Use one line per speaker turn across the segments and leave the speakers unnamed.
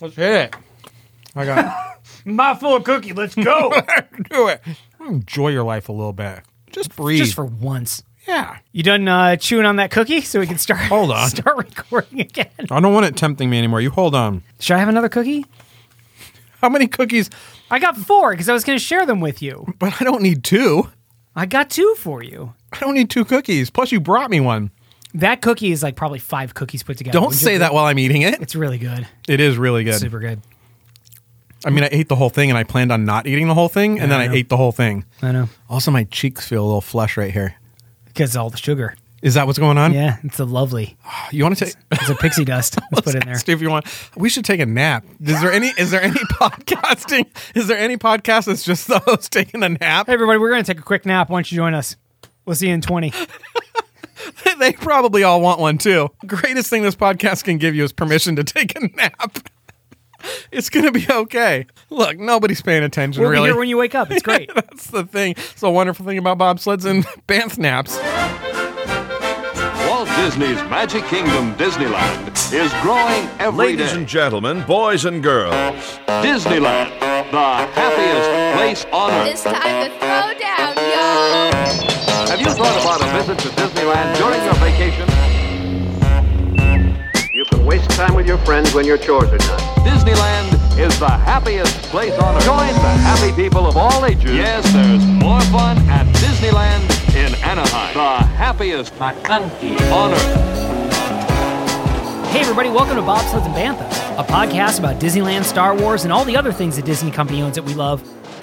Let's hit it.
I got
Mouthful of cookie. Let's go.
do it. Enjoy your life a little bit. Just breathe.
Just for once.
yeah.
You done uh, chewing on that cookie so we can start
Hold on.
start recording again.
I don't want it tempting me anymore. You hold on.
Should I have another cookie?
How many cookies?
I got four because I was going to share them with you.
But I don't need two.
I got two for you.
I don't need two cookies. Plus, you brought me one. That
cookie is like probably five cookies put together.
Don't
Would you
say
agree?
that while I'm eating it.
It's really good.
It is really good.
Super good.
I mean, I ate the whole thing and I planned on not eating the whole thing, and then I,
I know.
ate the whole thing.
I know
Also, my cheeks feel a little flush right here.
because all the sugar.
Is that what's going on?
Yeah, it's a lovely.
You want to take?
It's a pixie dust. Let's put it in there.
Steve, you want? We should take a nap. Is there any? Is there any podcasting? Is there any podcast that's just the host taking a nap?
Hey everybody, we're going to take a quick nap. Why don't you join us? We'll see you in twenty.
they probably all want one too. Greatest thing this podcast can give you is permission to take a nap. it's gonna be okay. Look, nobody's paying attention.
We'll
really,
be here when you wake up. It's great.
that's the thing. It's the wonderful thing about bobsleds and banth naps.
Walt Disney's Magic Kingdom Disneyland is growing every day.
Ladies and gentlemen, boys and girls,
Disneyland, the happiest place on earth.
It's time to throw down, y'all.
Have you thought about a visit to Disneyland during your vacation?
You can waste time with your friends when your chores are done.
Disneyland is the happiest place on earth. Join the happy people of all ages. Yes, there's more fun at Disneyland in Anaheim, the happiest on earth.
Hey, everybody, welcome to Bobsleds and Banthas, a podcast about Disneyland, Star Wars, and all the other things the Disney company owns that we love.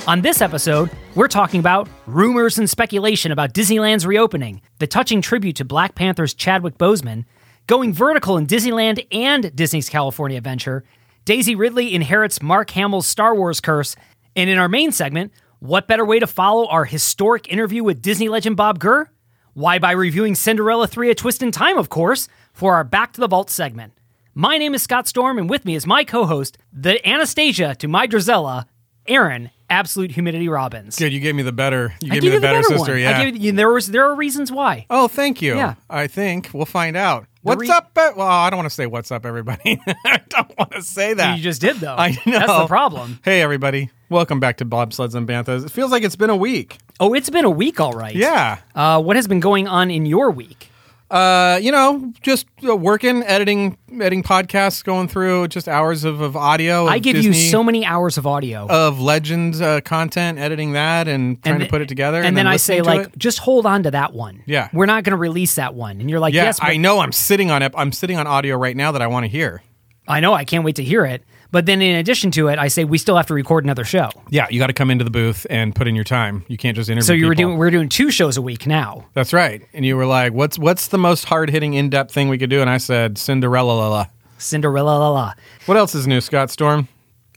On this episode, we're talking about rumors and speculation about Disneyland's reopening, the touching tribute to Black Panther's Chadwick Boseman, going vertical in Disneyland and Disney's California Adventure, Daisy Ridley inherits Mark Hamill's Star Wars curse, and in our main segment, what better way to follow our historic interview with Disney legend Bob Gurr? Why, by reviewing Cinderella 3 A Twist in Time, of course, for our Back to the Vault segment. My name is Scott Storm, and with me is my co host, the Anastasia to my Drizella, Aaron Absolute Humidity Robbins.
Dude, you gave me the better. You
I
gave
gave
me the
you
better, sister.
one.
Yeah.
I gave you, there, was, there are reasons why.
oh, thank you.
Yeah.
I think we'll find out. What's
re-
up? e- Well, I don't want to say what's up, everybody. I don't want to say that.
You just did, though.
Oh, I know.
That's the problem.
Hey, everybody. Welcome back to Bobsleds and Banthas. It feels like it's been a week.
Oh, it's been a week, all right.
Yeah.
Uh, what has been going on in your week?
Uh, you know, just uh, working, editing, editing podcasts, going through just hours of, of audio. Of
I give
Oh, Disney-
you so many hours of audio.
of legends uh, content, editing that and trying
th-
to put it together.
And, then, I say,
listening to
like,
it.
just hold on to that one.
Yeah.
We're not going to release that one. And you're like,
yeah,
yes, but
I know. I'm sitting on it. I'm sitting on audio right now that I want to hear.
I know, I can't wait to hear it. But then in addition to it, I say we still have to record another show.
Yeah, you got to come into the booth and put in your time. You can't just interview.
So you were
people.
doing we're doing two shows a week now.
That's right. And you were like, "What's what's the most hard hitting in depth thing we could do?" And I said, "Cinderella." La, la.
Cinderella la la.
What else is new, Scott Storm?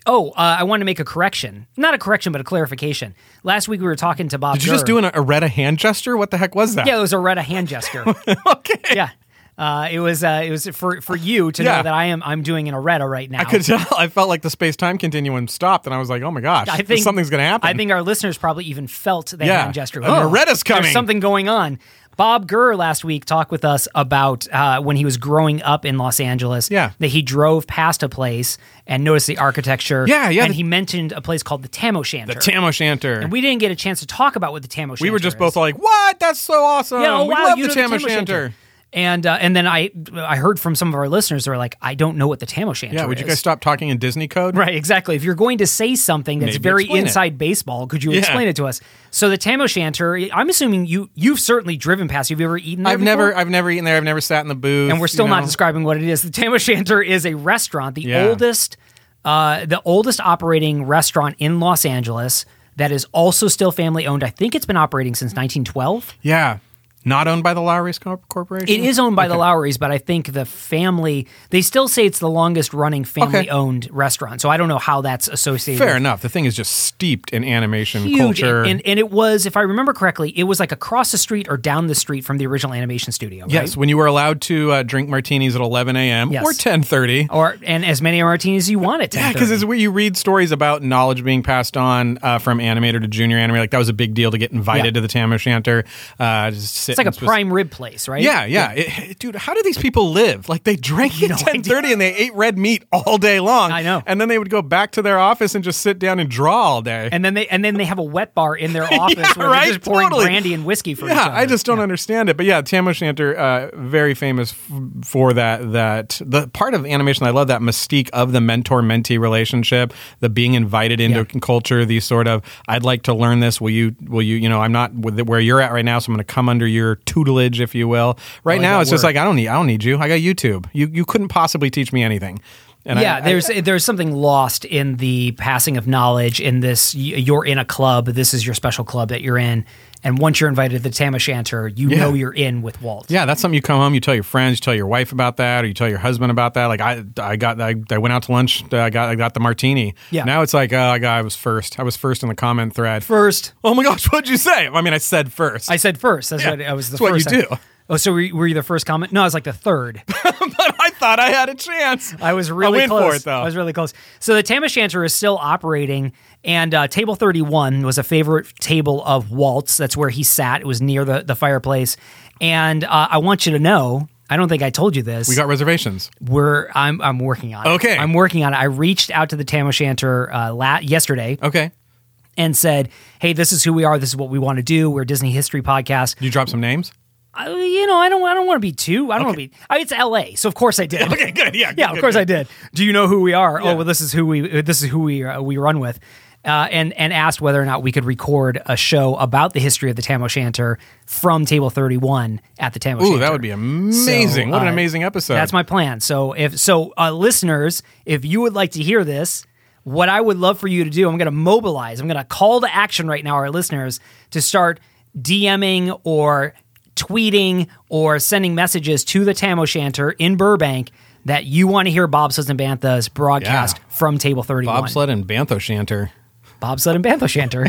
Oh, uh, I want to make a correction. Not a correction, but a clarification. Last week we were talking to Bob.
Did you just do
Gurr.
an Aretta hand gesture? What the heck was that?
Yeah, it was a Retta hand gesture. okay. Yeah. Uh, it was uh, it was for for you to
Yeah.
know that I am I'm doing an Aretta right now.
I could tell. I felt like the space time continuum stopped, and I was like, "Oh my gosh,
I think
something's going to happen."
I think our listeners probably even felt that
Yeah.
hand gesture. Oh,
An Loretta's coming.
There's something going on. Bob Gurr last week talked with us about uh, when he was growing up in Los Angeles.
Yeah.
that he drove past a place and noticed the architecture.
Yeah, yeah,
And
the-
he mentioned a place called the Tam O'Shanter.
the Tam O'Shanter.
we didn't get a chance to talk about what the Tam O'Shanter.
We were just
is.
both like, "What? That's so awesome!
Yeah, oh,
we
wow,
love
you
the
know the
Tam
Tam
O'Shanter."
O'Shanter. And uh, and then I I heard from some of our listeners who are like, I don't know what the Tam O'Shanter.
Yeah, would you
is."
guys stop talking in Disney code?
Right, exactly. If you're going to say something that's
Maybe
very
explain it.
inside baseball, could you
Yeah.
explain it to us? So the Tam O'Shanter, I'm assuming you you've certainly driven past. Have you ever eaten there
I've
before?
never, I've never eaten there. I've never sat in the booth,
and we're still
you
not
know?
describing what it is. The Tam O'Shanter is a restaurant, the
Yeah.
oldest, uh, the oldest operating restaurant in Los Angeles that is also still family owned. I think it's been operating since 1912.
Yeah, not owned by the Lowry's Corp- Corporation.
It is owned by the Lowrys, but I think the family they still say it's the longest running family owned restaurant. So I don't know how that's associated.
Fair
with
enough. The thing is just steeped in animation
huge
culture.
and, and it was if i remember correctly it was like across the street or down the street from the original animation studio right?
yes, when you were allowed to uh, drink martinis at 11 a.m.
Yes.
or 10:30.
or and as many martinis as you wanted
Yeah, because it's where you read stories about knowledge being passed on uh, from animator to junior animator. Like that was a big deal to get invited
Yeah.
to the Tam O'Shanter. Uh, just sit.
It's like a
and spec-
prime rib place, right?
Yeah, yeah, It- it- dude. How do these people live? Like they drank at ten thirty and they ate red meat all day long.
I know.
And then they would go back to their office and just sit down and draw all day.
And then they and then they have a wet bar in their office where
right,
they're just pouring
totally.
brandy and whiskey for each
yeah,
other.
I just don't understand it. But yeah, Tam O'Shanter, uh, very famous f- for that. That the part of animation I love that mystique of the mentor mentee relationship, the being invited into
Yeah.
culture, the sort of I'd like to learn this. Will you? Will you? You know, I'm not with where you're at right now, so I'm going to come under your tutelage, if you will. Right
like
now,
that
it's just
word.
like I don't need. I don't need you. I got YouTube. You you couldn't possibly teach me anything. And
yeah,
I,
there's there's something lost in the passing of knowledge in this. y- You're in a club. This is your special club that you're in, and once you're invited to the Tam O'Shanter, you
Yeah.
know you're in with Walt.
Yeah, that's something you come home, you tell your friends, you tell your wife about that, or you tell your husband about that. Like I, I got, I, I went out to lunch, I got, I got the martini.
Yeah.
Now it's like, oh, I got, I was first. I was first in the comment thread.
First,
Oh my gosh, what'd you say? I mean, I said first.
I said first. That's
Yeah,
what I was the
that's what you
first. I-
do.
Oh, so were you, were you the first comment? No, I was like the third.
but I thought I had a chance.
I was really
went
close.
for it though.
I was really close. So the Tam O'Shanter is still operating, and uh, table thirty-one was a favorite table of Walt's. That's where he sat. It was near the the fireplace, and uh, I want you to know. I don't think I told you this.
we got reservations.
We're I'm I'm working on it.
Okay.
I'm working on it. I reached out to the Tam O'Shanter uh, la- yesterday
Okay.
and said, "Hey, this is who we are. This is what we want to do. We're a Disney history podcast.
Did you drop some names?
I, you know, I don't I don't want to be too. I don't want to be. I, it's L.A. So of course I did.
Okay, good. Yeah.
yeah, of course I did. Do you know who we are?
Yeah.
Oh, well, this is who we this is who we uh, we run with, uh, and and asked whether or not we could record a show about the history of the Tam O'Shanter from Table Thirty One at the Tam O'Shanter.
Ooh, that would be amazing.
So,
what an
uh,
amazing episode.
That's my plan. So if so, uh, listeners, if you would like to hear this, what I would love for you to do, I'm going to mobilize. I'm going to call to action right now, our listeners, to start DMing or tweeting or sending messages to the Tam O'Shanter in Burbank that you want to hear Bobsleds and Banthas broadcast
Yeah.
from Table 31.
bobsled and bantho shanter.
Bobsled and Bantha Shanter.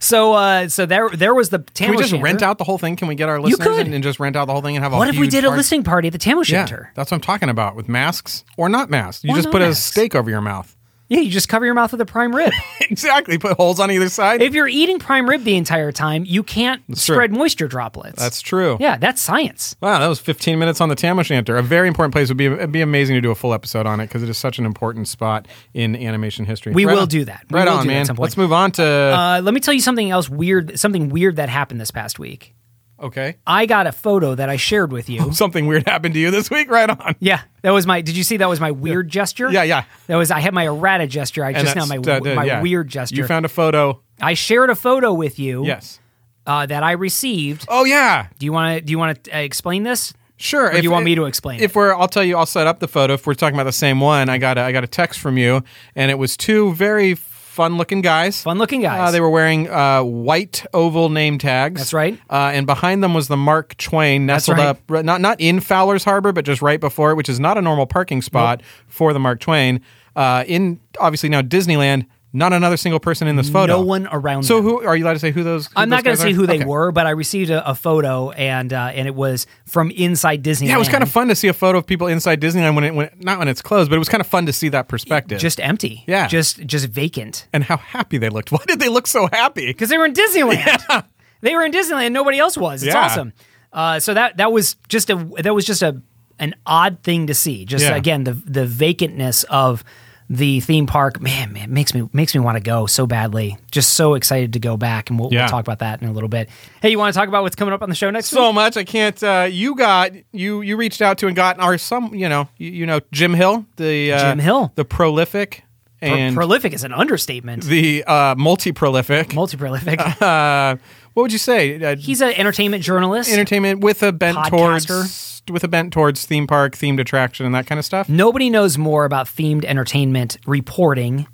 so uh, so there there was the Tam
Can we just
O'Shanter.
rent out the whole thing? Can we get our listeners
could.
in and just rent out the whole thing and have a
What if we
huge
did a
party?
listening party at the Tam
Yeah,
O'Shanter?
that's what I'm talking about with masks or not masks. You
Or
just
no
put a
masks.
steak over your mouth.
yeah, you just cover your mouth with a prime rib.
exactly. Put holes on either side.
if you're eating prime rib the entire time, you can't
true.
spread moisture droplets.
that's true.
yeah, that's science.
Wow, that was 15 minutes on the Tam O'Shanter. A very important place. Would be it'd be amazing to do a full episode on it because it is such an important spot in animation history.
We will
on.
do that. We
Right
will
on,
do that at
man.
some point.
Let's move on to.
Uh, let me tell you something else weird. Something weird that happened this past week.
okay.
I got a photo that I shared with you.
Something weird happened to you this week. Right on.
Yeah, that was my. Did you see that was my weird gesture?
Yeah, yeah.
That was I had my errata gesture. I just now my
that's- that-
my
yeah.
weird gesture.
You found a photo.
I shared a photo with you.
Yes.
uh, that I received.
Oh yeah.
Do you want to? Do you want to uh, explain this?
Sure.
do you want me to explain
If
it?
we're, I'll tell you. I'll set up the photo. If we're talking about the same one, I got a, I got a text from you, and it was two very fun-looking guys.
Fun-looking guys.
Uh, they were wearing uh, white oval name tags.
That's right.
Uh, and behind them was the Mark Twain nestled
right.
up, r- not not in Fowler's Harbor, but just right before it, which is not a normal parking spot for the Mark Twain. Uh, in obviously now Disneyland. Not another single person in this photo.
No one around
So
them.
who are you allowed to say who those? who
I'm not
those
going
guys
to say
are?
who they
Okay.
were, but I received a, a photo and uh, and it was from inside Disneyland.
Yeah, it was kind of fun to see a photo of people inside Disneyland when it when not when it's closed, but it was kind of fun to see that perspective.
Just empty.
Yeah.
Just just vacant.
and how happy they looked. Why did they look so happy?
Because they were in Disneyland. They were in Disneyland. Nobody else was. It's
Yeah.
awesome. Uh, so that that was just a that was just a an odd thing to see. Just
Yeah.
again the the vacantness of the theme park. Man, man, makes me makes me want to go so badly. Just so excited to go back, and we'll, we'll
Yeah.
talk about that in a little bit. Hey, you want to talk about what's coming up on the show next? week?
So much I can't. Uh, you got you you reached out to and got our some you know you, you know Jim Hill the uh,
Jim Hill.
the prolific
Pro-
and
prolific is an understatement.
the uh, multi prolific.
Multi prolific.
Uh, what would you say? Uh,
He's an entertainment journalist.
entertainment with a bent
Podcaster.
towards with a bent towards theme park themed attraction and that kind of stuff.
Nobody knows more about themed entertainment reporting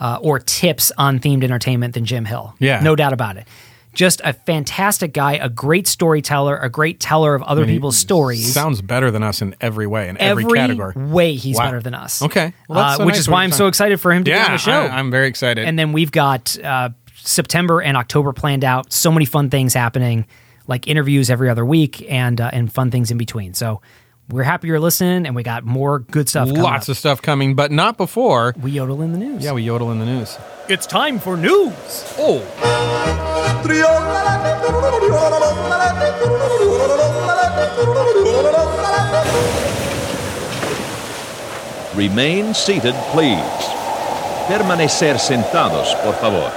uh, or tips on themed entertainment than Jim Hill.
Yeah.
No doubt about it. Just a fantastic guy, a great storyteller, a great teller of other people's stories.
Sounds better than us in every way Mm-hmm. in every,
Every
category.
way he's
Wow.
better than us.
Okay. Well, that's
Uh,
so
which
nice
is
what
why
you're
I'm so
saying.
excited for him to be
Yeah,
on the show.
I, am very excited.
and then we've got uh, September and October planned out. So many fun things happening, like interviews every other week and uh, and fun things in between. So we're happy you're listening, and we got more good stuff. coming
Lots
up.
of stuff coming, but not before.
we yodel in the news.
Yeah, we yodel in the news.
it's time for news.
Oh,
Remain seated, please. Permanecer sentados, por favor.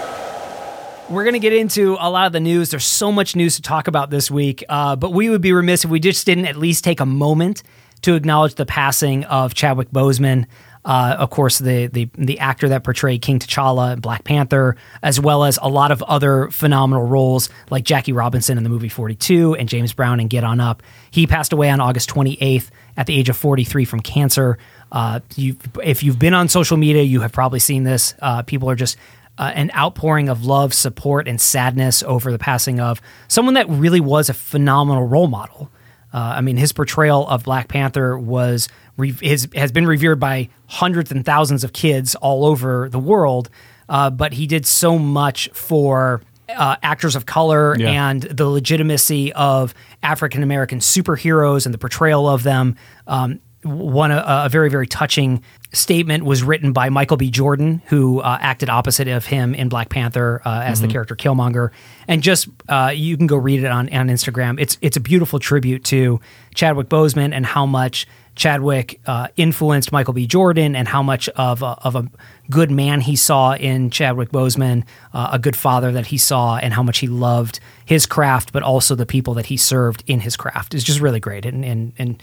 We're going to get into a lot of the news. There's so much news to talk about this week, uh, but we would be remiss if we just didn't at least take a moment to acknowledge the passing of Chadwick Boseman. Uh, of course, the, the the actor that portrayed King T'Challa in Black Panther, as well as a lot of other phenomenal roles like Jackie Robinson in the movie 42 and James Brown in Get On Up. He passed away on August 28th at the age of 43 from cancer. Uh, you, if you've been on social media, you have probably seen this. Uh, people are just uh, an outpouring of love, support, and sadness over the passing of someone that really was a phenomenal role model. Uh, I mean, his portrayal of Black Panther was re- his, has been revered by hundreds and thousands of kids all over the world. Uh, but he did so much for uh, actors of color and the legitimacy of African American superheroes and the portrayal of them. Um, one a, a very very touching statement was written by Michael B. Jordan, who uh, acted opposite of him in Black Panther uh, as the character Killmonger, and just uh, you can go read it on on Instagram. It's it's a beautiful tribute to Chadwick Boseman and how much Chadwick uh, influenced Michael B. Jordan and how much of a, of a good man he saw in Chadwick Boseman, uh, a good father that he saw, and how much he loved his craft, but also the people that he served in his craft. It's just really great, and and and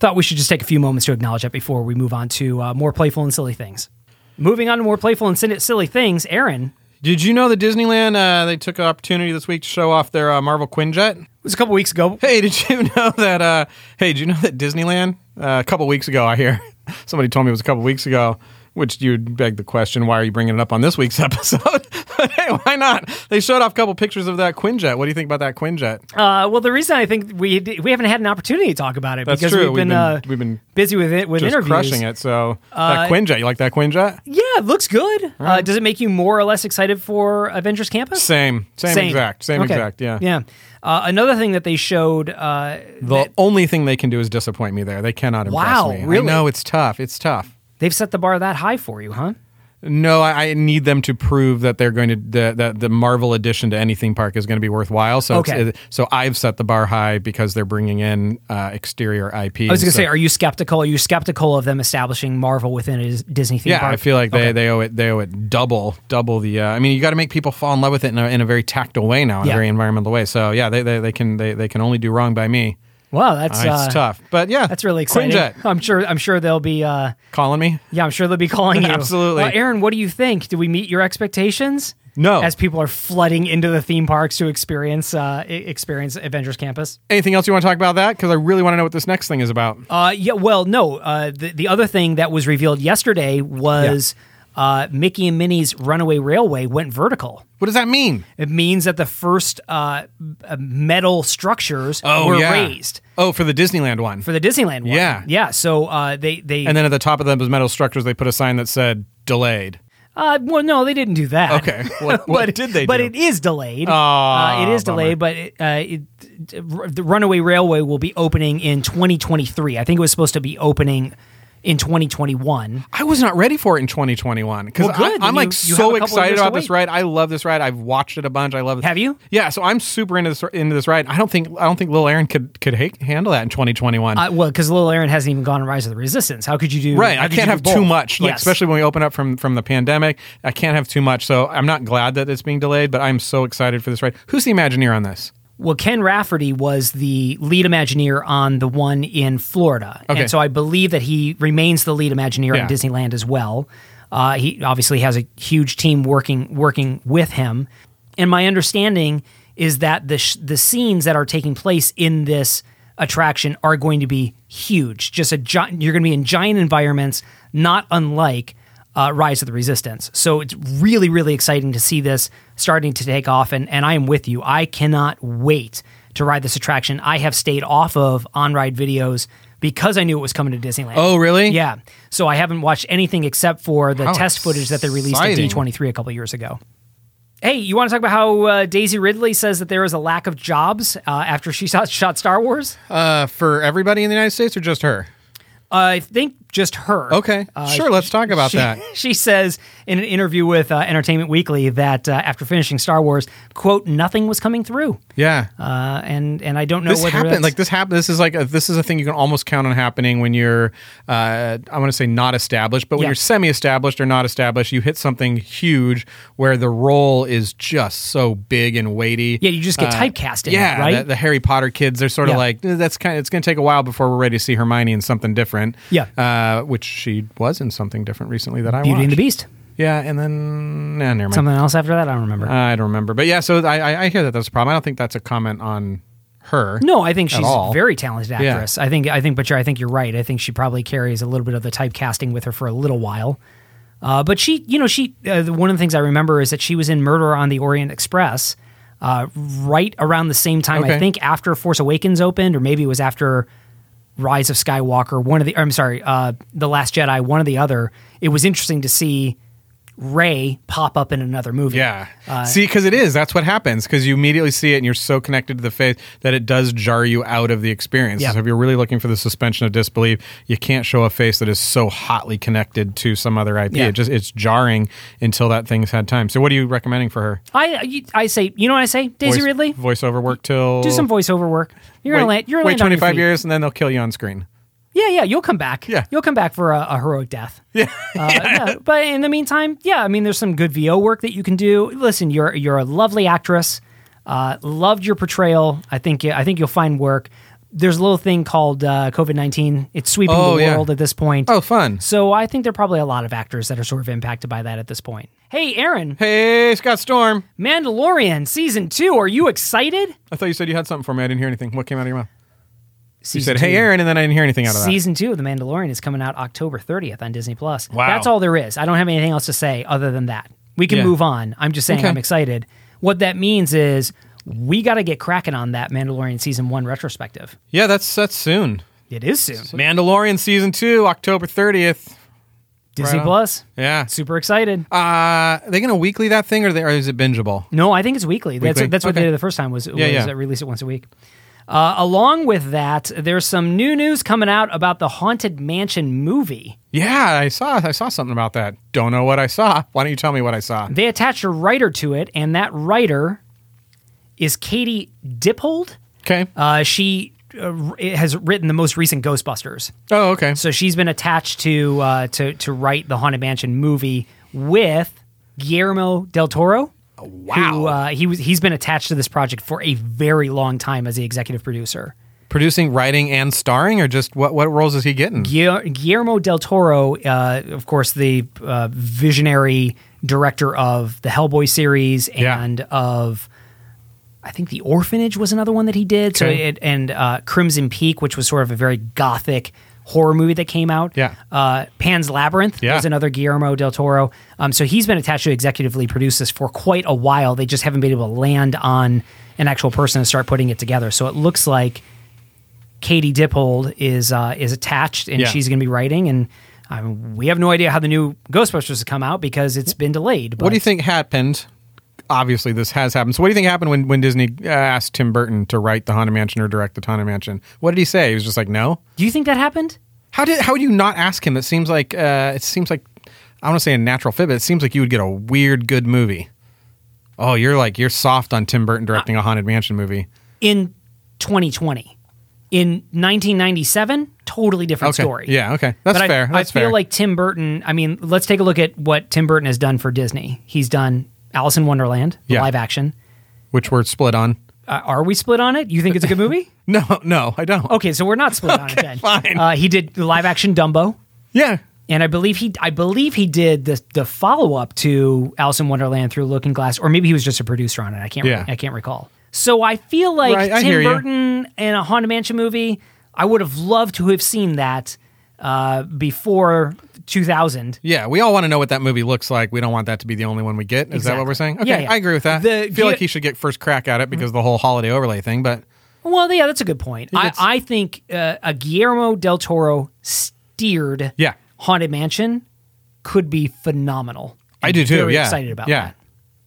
thought we should just take a few moments to acknowledge that before we move on to uh, more playful and silly things. Moving on to more playful and sin- silly things, Aaron.
Did you know that Disneyland uh, they took an opportunity this week to show off their uh, Marvel Quinjet?
It was a couple weeks ago.
Hey, did you know that? Uh, hey, did you know that Disneyland uh, a couple weeks ago? I hear somebody told me it was a couple weeks ago. Which you'd beg the question, why are you bringing it up on this week's episode? but hey, why not? They showed off a couple pictures of that Quinjet. What do you think about that Quinjet?
Uh, well, the reason I think we d- we haven't had an opportunity to talk about it
That's
because
true.
we've been, uh,
we've been
busy with it with
just
interviews.
crushing it. So that Quinjet, you like that Quinjet?
Yeah, it looks good. Uh, does it make you more or less excited for Avengers Campus?
Same, same, exact, same
Okay.
exact. Yeah,
Yeah. Uh, another thing that they showed. Uh,
The only thing they can do is disappoint me there. They cannot impress
Wow,
me.
really?
I know it's tough. It's tough.
they've set the bar that high for you, huh?
No, I, I need them to prove that they're going to that, that the Marvel addition to any theme park is going to be worthwhile. So, it's-
Okay.
uh, so I've set the bar high because they're bringing in uh, exterior IP.
I was going to say, are you skeptical? Are you skeptical of them establishing Marvel within a Dis- Disney theme
yeah,
park?
I feel like they, they owe it they owe it double double the. Uh, I mean, you got to make people fall in love with it in a, in a very tactile way now, in
Yeah.
a very environmental way. So yeah, they, they, they can they, they can only do wrong by me.
Wow, that's
Uh,
uh,
it's tough, but yeah,
That's really exciting.
Quinjet
I'm sure. I'm sure they'll be. Uh,
calling me.
yeah, I'm sure they'll be calling you.
Absolutely.
Well, Aaron, what do you think? Do we meet your expectations?
No.
As people are flooding into the theme parks to experience uh, e- experience Avengers Campus.
Anything else you want to talk about that? Because I really want to know what this next thing is about.
Uh, yeah. Well, no. Uh, the the other thing that was revealed yesterday was uh, Mickey and Minnie's Runaway Railway went vertical.
what does that mean?
It means that the first uh, m- uh, metal structures were
Oh, yeah.
raised
Oh, for the Disneyland one.
for the Disneyland one.
Yeah.
Yeah. So uh, they they
and then at the top of those metal structures, they put a sign that said delayed.
Uh, well, no, they didn't do that.
Okay. What- what did they
But
do?
it is delayed. uh, it is delayed, but it, uh, it, r- the Runaway Railway will be opening in 2023. I think it was supposed to be opening in 2021.
I was not ready for it in 2021 because
Well, good. Then
I'm like
you- you have
so
a couple
excited
years to
about this
wait.
ride. I love this ride. I've watched it a bunch. I love. it.
Have you?
Yeah. So I'm super into this into this ride. I don't think I don't think Lil Aaron could could ha- handle that in 2021.
Uh, well, because Little Aaron hasn't even gone on Rise of the Resistance. How could you do?
Right,
how
I
could
can't
you
have
do
too
both?
much, like
Yes.
especially when we open up from from the pandemic. I can't have too much, so I'm not glad that it's being delayed, but I'm so excited for this ride. Who's the Imagineer on this?
Well, Ken Rafferty was the lead Imagineer on the one in Florida,
Okay.
and so I believe that he remains the lead Imagineer
Yeah.
in Disneyland as well. Uh, he obviously has a huge team working working with him, and my understanding is that the sh- the scenes that are taking place in this attraction are going to be huge. Just a giant, you're going to be in giant environments, not unlike uh, Rise of the Resistance. So it's really, really exciting to see this starting to take off. And, and I am with you. I cannot wait to ride this attraction. I have stayed off of on ride videos because I knew it was coming to Disneyland.
Oh, really?
Yeah. So I haven't watched anything except for the
How
test footage that they released
exciting.
at D23 a couple years ago. Hey, you want to talk about how uh, Daisy Ridley says that there is a lack of jobs uh, after she shot, shot Star Wars?
Uh, for everybody in the United States or just her?
I think just her. Uh,
Okay, sure. Let's talk about
she,
that.
She says in an interview with uh, Entertainment Weekly that uh, after finishing Star Wars, quote, nothing was coming through.
Yeah,
Uh, and and I don't know
this
whether
happened.
that's-
Like this happened. This is like a, this is a thing you can almost count on happening when you're. Uh, I want to say not established, but when
Yeah.
you're semi-established or not established, you hit something huge where the role is just so big and weighty.
Yeah, you just get
Uh,
typecast in it,
yeah,
right?
The, the Harry Potter kids, they're sort of
Yeah.
like "Eh, that's kind. of It's going to take a while before we're ready to see Hermione in something different.
Yeah.
uh, which she was in something different recently that I
Beauty and the
watched.
Beast.
Yeah, and then nah, never mind.
Something else after that, I don't remember.
I don't remember, but yeah. So I, I- I hear that that's a problem. I don't think that's a comment on her.
no, I think
at
she's a
all.
very talented
Yeah.
actress. I think I think, but you're, I think you're right. I think she probably carries a little bit of the typecasting with her for a little while. Uh, but she, you know, she uh, one of the things I remember is that she was in Murder on the Orient Express uh, right around the same time. I
Okay.
think after Force Awakens opened, or maybe it was after Rise of Skywalker. One of the, I'm sorry, uh, The Last Jedi. One of the other. It was interesting to see Ray pop up in another movie.
Yeah. see, because it is. That's what happens. Because you immediately see it and you're so connected to the face that it does jar you out of the experience.
Yeah.
So if you're really looking for the suspension of disbelief, you can't show a face that is so hotly connected to some other IP.
Yeah.
It just it's jarring until that thing's had time. So what are you recommending for her?
I you- I say, you know what I say, Daisy
Voice-
Ridley,
Voiceover work till
do some voiceover work. You're
wait,
gonna land. You're gonna
wait
land on your
25
feet.
years and then they'll kill you on screen.
Yeah, yeah, you'll come back.
Yeah.
you'll come back for a, a heroic death. Yeah. Uh, yeah, but in the meantime, yeah, I mean, there's some good VO work that you can do. Listen, you're you're a lovely actress. Uh, loved your portrayal. I think I think you'll find work. There's a little thing called uh, COVID nineteen. It's sweeping
Oh,
the
yeah.
world at this point.
Oh, fun.
So I think there are probably a lot of actors that are sort of impacted by that at this point. Hey, Aaron,
Hey, Scott Storm.
Mandalorian season two. Are you excited?
I thought you said you had something for me. I didn't hear anything. What came out of your mouth? You
Season
said, hey,
two.
Aaron, and then I didn't hear anything out of that.
Season two of The Mandalorian is coming out October 30th on Disney Plus.
Wow.
That's all there is. I don't have anything else to say other than that. We can
Yeah.
move on. I'm just saying
Okay.
I'm excited. What that means is we got to get cracking on that Mandalorian season one retrospective.
Yeah, that's that's soon.
It is soon.
Mandalorian season two, October thirtieth.
Disney
on.
Plus.
Yeah.
Super excited.
Uh, are they gonna weekly that thing, or, they, or is it bingeable?
No, I think it's weekly. That's
Weekly?
that's what they
Okay.
did the first time was, was
yeah.
uh, release it once a week. Uh, along with that, there's some new news coming out about the Haunted Mansion movie.
Yeah, I saw I saw something about that. Don't know what I saw. Why don't you tell me what I saw?
They attached a writer to it, and that writer is Katie Dippold.
Okay.
Uh, she uh, r- has written the most recent Ghostbusters,
oh, okay.
so she's been attached to uh, to to write the Haunted Mansion movie with Guillermo del Toro. Wow, who, uh, he was he's been attached to this project for a very long time as the executive producer.
Producing, writing, and starring, or just what what roles is he getting?
Guil- Guillermo del Toro, uh, of course, the uh, visionary director of the Hellboy series
Yeah.
and of. I think The Orphanage was another one that he did. So
Okay.
it, and uh, Crimson Peak, which was sort of a very gothic horror movie that came out.
Yeah.
Uh, Pan's Labyrinth
Yeah.
was another Guillermo del Toro. Um, so he's been attached to executively produce this for quite a while. They just haven't been able to land on an actual person and start putting it together. So it looks like Katie Dippold is uh, is attached and
Yeah.
she's going to be writing. And I mean, we have no idea how the new Ghostbusters has come out because it's been delayed. But
What do you think happened? Obviously, this has happened. So, what do you think happened when, when Disney uh, asked Tim Burton to write the Haunted Mansion or direct the Haunted Mansion? What did he say? He was just like, "No."
Do you think that happened?
How did how would you not ask him? It seems like uh, it seems like I don't want to say a natural fit, but it seems like you would get a weird good movie. Oh, you're like you're soft on Tim Burton directing a haunted mansion movie.
in 2020. In 1997, totally different
Okay,
story.
yeah, okay, that's
but I-
fair.
I,
that's
feel
fair.
like Tim Burton. I mean, let's take a look at what Tim Burton has done for Disney. He's done Alice in Wonderland, the
Yeah.
live action.
which we're split on.
Uh, are we split on it? You think it's a good movie?
No, no, I don't.
Okay, so we're not split on it then.
fine.
Uh, he did the live action Dumbo,
yeah,
and I believe he I believe he did the the follow up to Alice in Wonderland through Looking Glass, or maybe he was just a producer on it. I can't
Yeah.
I can't recall. So I feel like
Right, I hear
Tim
you.
Burton and a Haunted Mansion movie. I would have loved to have seen that uh, before 2000.
yeah. We all want to know what that movie looks like. We don't want that to be the only one we get. Is that
Exactly.
what we're saying? Okay,
Yeah, yeah.
I agree with that.
The- Mm-hmm.
I feel like
Gu-
he should get first crack at it because the whole holiday overlay thing. But
Well, yeah, that's a good point. I,
gets-
I think uh, a Guillermo del Toro steered
Yeah.
Haunted Mansion could be phenomenal.
I
I'm
do too.
Very
yeah,
excited about
yeah.
that.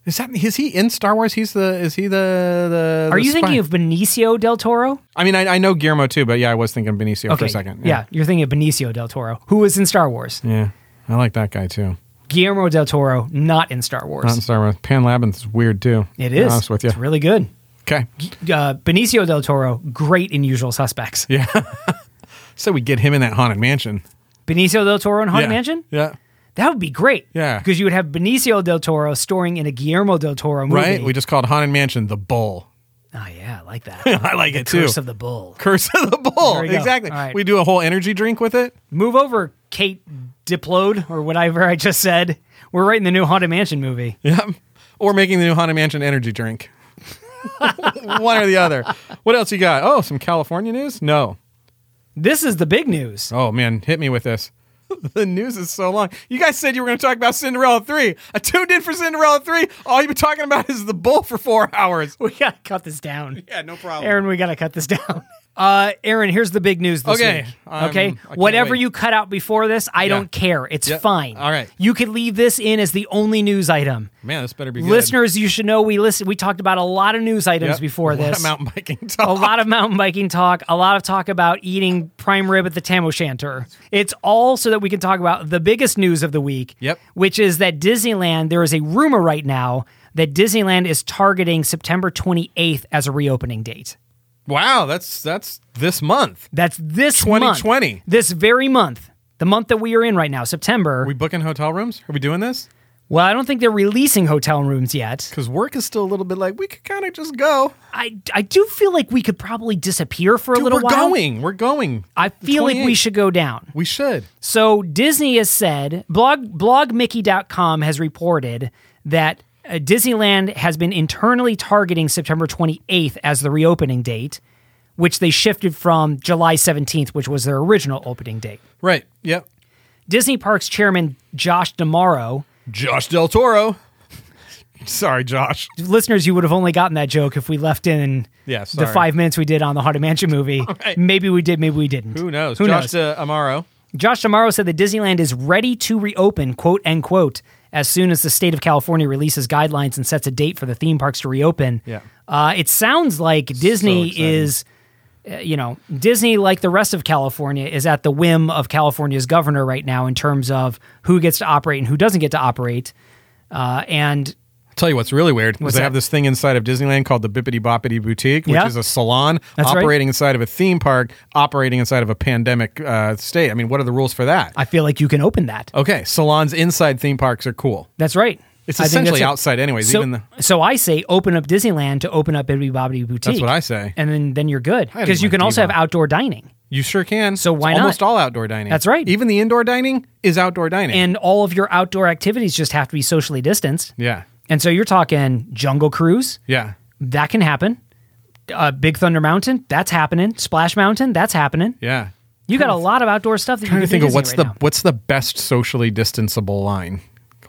Is that is he in Star Wars? He's the is he the the?
Are
the
you
spy?
thinking of Benicio del Toro?
I mean, I, I know Guillermo too, but yeah, I was thinking Benicio for a second.
Yeah. you're thinking of Benicio del Toro, who was in Star Wars.
yeah, I like that guy too.
Guillermo del Toro, not in Star Wars.
Not in Star Wars. Pan Labyrinth's weird too. to
it
be
is.
honest with you.
It's really good.
okay,
Uh, Benicio del Toro, great in Usual Suspects.
so we get him in that haunted mansion.
Benicio del Toro in Haunted
yeah.
Mansion?
Yeah.
That would be great.
Yeah.
Because you would have Benicio del Toro storing in a Guillermo del Toro movie.
Right. We just called haunted mansion the bull.
oh, yeah, I like that.
I like it too.
Curse of the Bull.
Curse of the bull.
There we go.
Exactly.
All right.
We do a whole energy drink with it.
Move over, Kate Diplode, or whatever I just said. We're writing the new Haunted Mansion movie.
Yep. Or making the new haunted mansion energy drink. One or the other. What else you got? Oh, some California news? No.
This is the big news.
Oh man, hit me with this. The news is so long. You guys said you were going to talk about Cinderella 3. I tuned in for Cinderella 3. All you've been talking about is the bull for four hours.
We got to cut this down.
Yeah, no problem.
Aaron, we got to cut this down. Uh, Aaron, here's the big news this
Okay,
week.
I'm- I
okay.
can't
Whatever
wait.
you cut out before this, I don't care. It's
Yeah.
fine.
All right.
You could leave this in as the only news item.
Man, this better be good.
Listeners, you should know we listen, we talked about a lot of news items
Yep.
before
A lot
this.
of mountain biking talk.
a lot of mountain biking talk, a lot of talk about eating prime rib at the Tam O'Shanter. It's all so that we can talk about the biggest news of the week,
Yep.
which is that Disneyland, there is a rumor right now that Disneyland is targeting September 28th as a reopening date.
Wow, that's that's this month.
That's this
2020.
month. This very month. The month that we are in right now, September.
Are we booking hotel rooms? Are we doing this?
well, I don't think they're releasing hotel rooms yet.
Because work is still a little bit like we could kind of just go.
I, I do feel like we could probably disappear for a
Dude,
little
we're
while.
going. We're going.
I feel like we
28.
should go down.
We should.
So Disney has said blog blogmickey.com has reported that uh, Disneyland has been internally targeting September 28th as the reopening date, which they shifted from July 17th, which was their original opening date.
Right. Yep.
Disney Parks chairman Josh Damaro,
Josh Del Toro. Sorry, Josh.
listeners, you would have only gotten that joke if we left in
Yeah,
the
sorry.
five minutes we did on the Haunted Mansion movie.
right.
Maybe we did, maybe we didn't.
Who knows?
Who
Josh De
knows?
Amaro.
Josh Tomorrow said that Disneyland is ready to reopen, quote end quote, as soon as the state of California releases guidelines and sets a date for the theme parks to reopen.
Yeah.
Uh, it sounds like Disney
exciting.
is, uh, you know, Disney, like the rest of California, is at the whim of California's governor right now in terms of who gets to operate and who doesn't get to operate. Uh, and
Tell you what's really weird is
What's
they
that?
have this thing inside of Disneyland called the Bippity Boppity Boutique, which
Yeah.
is a salon
That's right.
operating inside of a theme park, operating inside of a pandemic uh, state. I mean, what are the rules for that?
I feel like you can open that.
okay, salons inside theme parks are cool.
That's right.
It's
I think that's
essentially
it.
outside, anyways.
So,
even the,
so I say open up Disneyland to open up Bibbidi Bobbidi Boutique.
what I say.
And then, then you're good.
I gotta
Because
get
you
my
can also have
diva.
outdoor dining.
you sure can.
So
It's
why not?
Almost all outdoor dining.
That's right.
Even the indoor dining is outdoor dining.
And all of your outdoor activities just have to be socially distanced.
yeah,
And so you're talking jungle cruise,
yeah.
that can happen. Uh, Big Thunder Mountain, that's happening. Splash Mountain, that's happening.
Yeah.
You got a lot of outdoor stuff that you
Trying
can
to think
do
of what's
right
the
now.
what's the best socially distanceable line.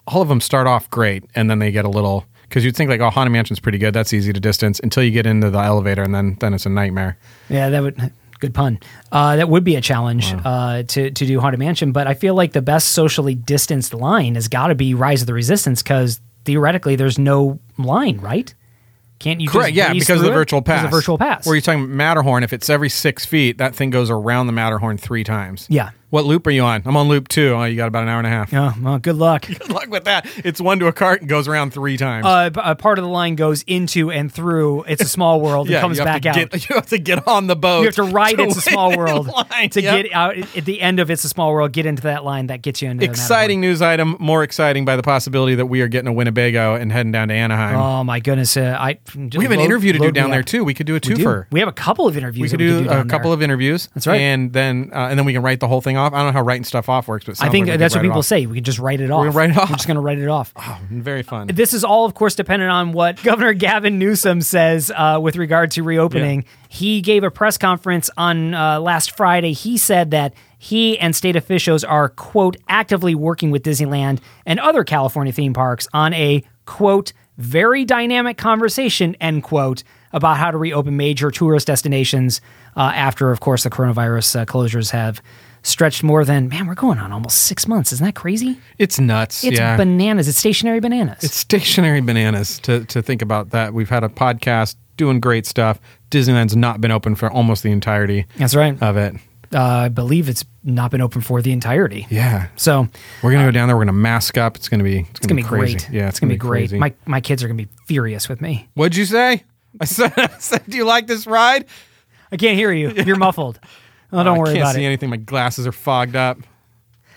All of them start off great, and then they get a little because you'd think like, oh, haunted mansion's pretty good. That's easy to distance until you get into the elevator, and then then it's a nightmare.
Yeah, that would good pun. Uh, that would be a challenge uh, to to do haunted mansion. But I feel like the best socially distanced line has got to be Rise of the Resistance because theoretically there's no line, right? Can't you?
Correct.
just
Yeah,
breeze
because of the
through it?
virtual pass.
Because of virtual pass.
Where you're talking Matterhorn, if it's every six feet, that thing goes around the Matterhorn three times.
Yeah.
What loop are you on? I'm on loop two. Oh, you got about an hour and a half.
Oh, well, good luck.
Good luck with that. It's one to a cart and goes around three times.
Uh, b- a part of the line goes into and through. It's a small world. and comes
you have
back
to
out.
Get, you have to get on the boat.
you have to ride It's a
wait
Small
in
World
line.
to
Yep.
get out at the end of It's a Small World. Get into that line that gets you into the Matterhorn.
Exciting news item, more exciting by the possibility that we are getting a Winnebago and heading down to Anaheim.
Oh my goodness! Uh, I
we have an interview to do down there too. We could do a
We, do.
twofer.
We have a couple of interviews.
We could
that
do,
down
a couple
there.
of interviews. That's
right.
And then uh, and then we can write the whole thing off. I don't know how writing stuff off works, but it
I
sounds
think
like we
that's
could
what
write it
people
off.
say. We can just write it off.
gonna write it off.
We're just going to write it off.
Very fun.
This is all, of course, dependent on what Governor Gavin Newsom says uh, with regard to reopening. He gave a press conference on uh, last Friday. He said that he and state officials are, quote, actively working with Disneyland and other California theme parks on a, quote, very dynamic conversation, end quote, about how to reopen major tourist destinations uh, after, of course, the coronavirus uh, closures have stretched more than man. We're going on almost six months. Isn't that crazy?
It's nuts.
It's
yeah.
bananas. It's stationary bananas.
It's stationary bananas to, to think about that. We've had a podcast doing great stuff. Disneyland's not been open for almost the entirety
That's right.
of it.
Uh, I believe it's not been open for the entirety.
Yeah.
So
We're gonna go down there. We're gonna mask up. It's gonna be. It's,
it's gonna be
crazy.
great.
Yeah,
it's, gonna, be, great.
crazy.
My my kids are gonna be furious with me.
What'd you say? I said, I said, do you like this ride?
I can't hear you. You're muffled. Oh, don't
I
worry
can't
about
see
it.
anything. My glasses are fogged up.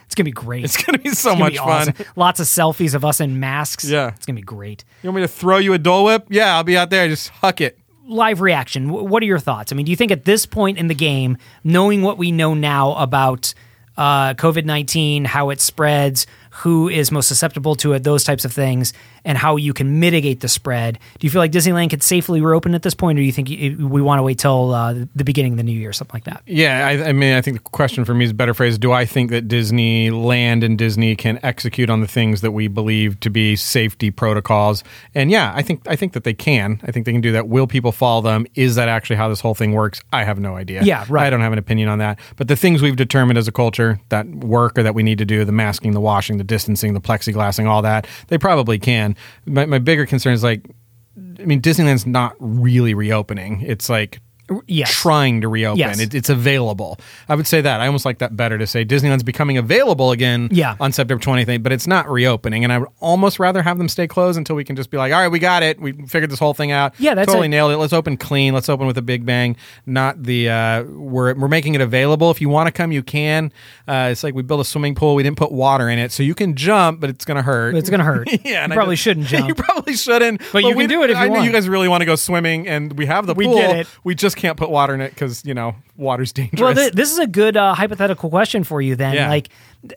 It's gonna be great.
It's gonna be so
It's gonna
much
be
fun.
awesome. Lots of selfies of us in masks.
Yeah.
It's gonna be great.
You want me to throw you a Dole Whip? Yeah, I'll be out there. Just huck it.
Live reaction. Wh- What are your thoughts? I mean, do you think at this point in the game, knowing what we know now about uh, COVID 19, how it spreads, who is most susceptible to it, those types of things, and how you can mitigate the spread, do you feel like Disneyland could safely reopen at this point, or do you think y- we want to wait till uh, the beginning of the new year, something like that?
Yeah, I, I mean, I think the question for me is better phrased. Do I think that Disneyland and Disney can execute on the things that we believe to be safety protocols? And yeah, I think I think that they can. I think they can do that. Will people follow them? Is that actually how this whole thing works? I have no idea.
Yeah, right.
I don't have an opinion on that. But the things we've determined as a culture that work or that we need to do, the masking, the washing, the distancing, the plexiglassing, all that, they probably can. My, my bigger concern is like, I mean, Disneyland's not really reopening. It's like
yes.
trying to reopen.
Yes.
It, it's available. I would say that. I almost like that better to say Disneyland's becoming available again
Yeah.
on September 20th, but it's not reopening. And I would almost rather have them stay closed until we can just be like, all right, we got it. We figured this whole thing out.
Yeah, that's
totally
it.
nailed it. Let's open clean. Let's open with a big bang. Not the uh, we're we're making it available. If you want to come, you can. Uh, it's like we built a swimming pool. We didn't put water in it, so you can jump, but it's gonna hurt.
It's going to hurt.
Yeah, and
you
I
probably
just-
shouldn't jump.
You probably shouldn't.
But you can
we-
do it if
I
you
know
want.
you guys really want to go swimming, and we have the
We
pool.
get it.
We just can't put water in it because you know water's dangerous.
Well, th- this is a good uh, hypothetical question for you then.
Yeah.
Like,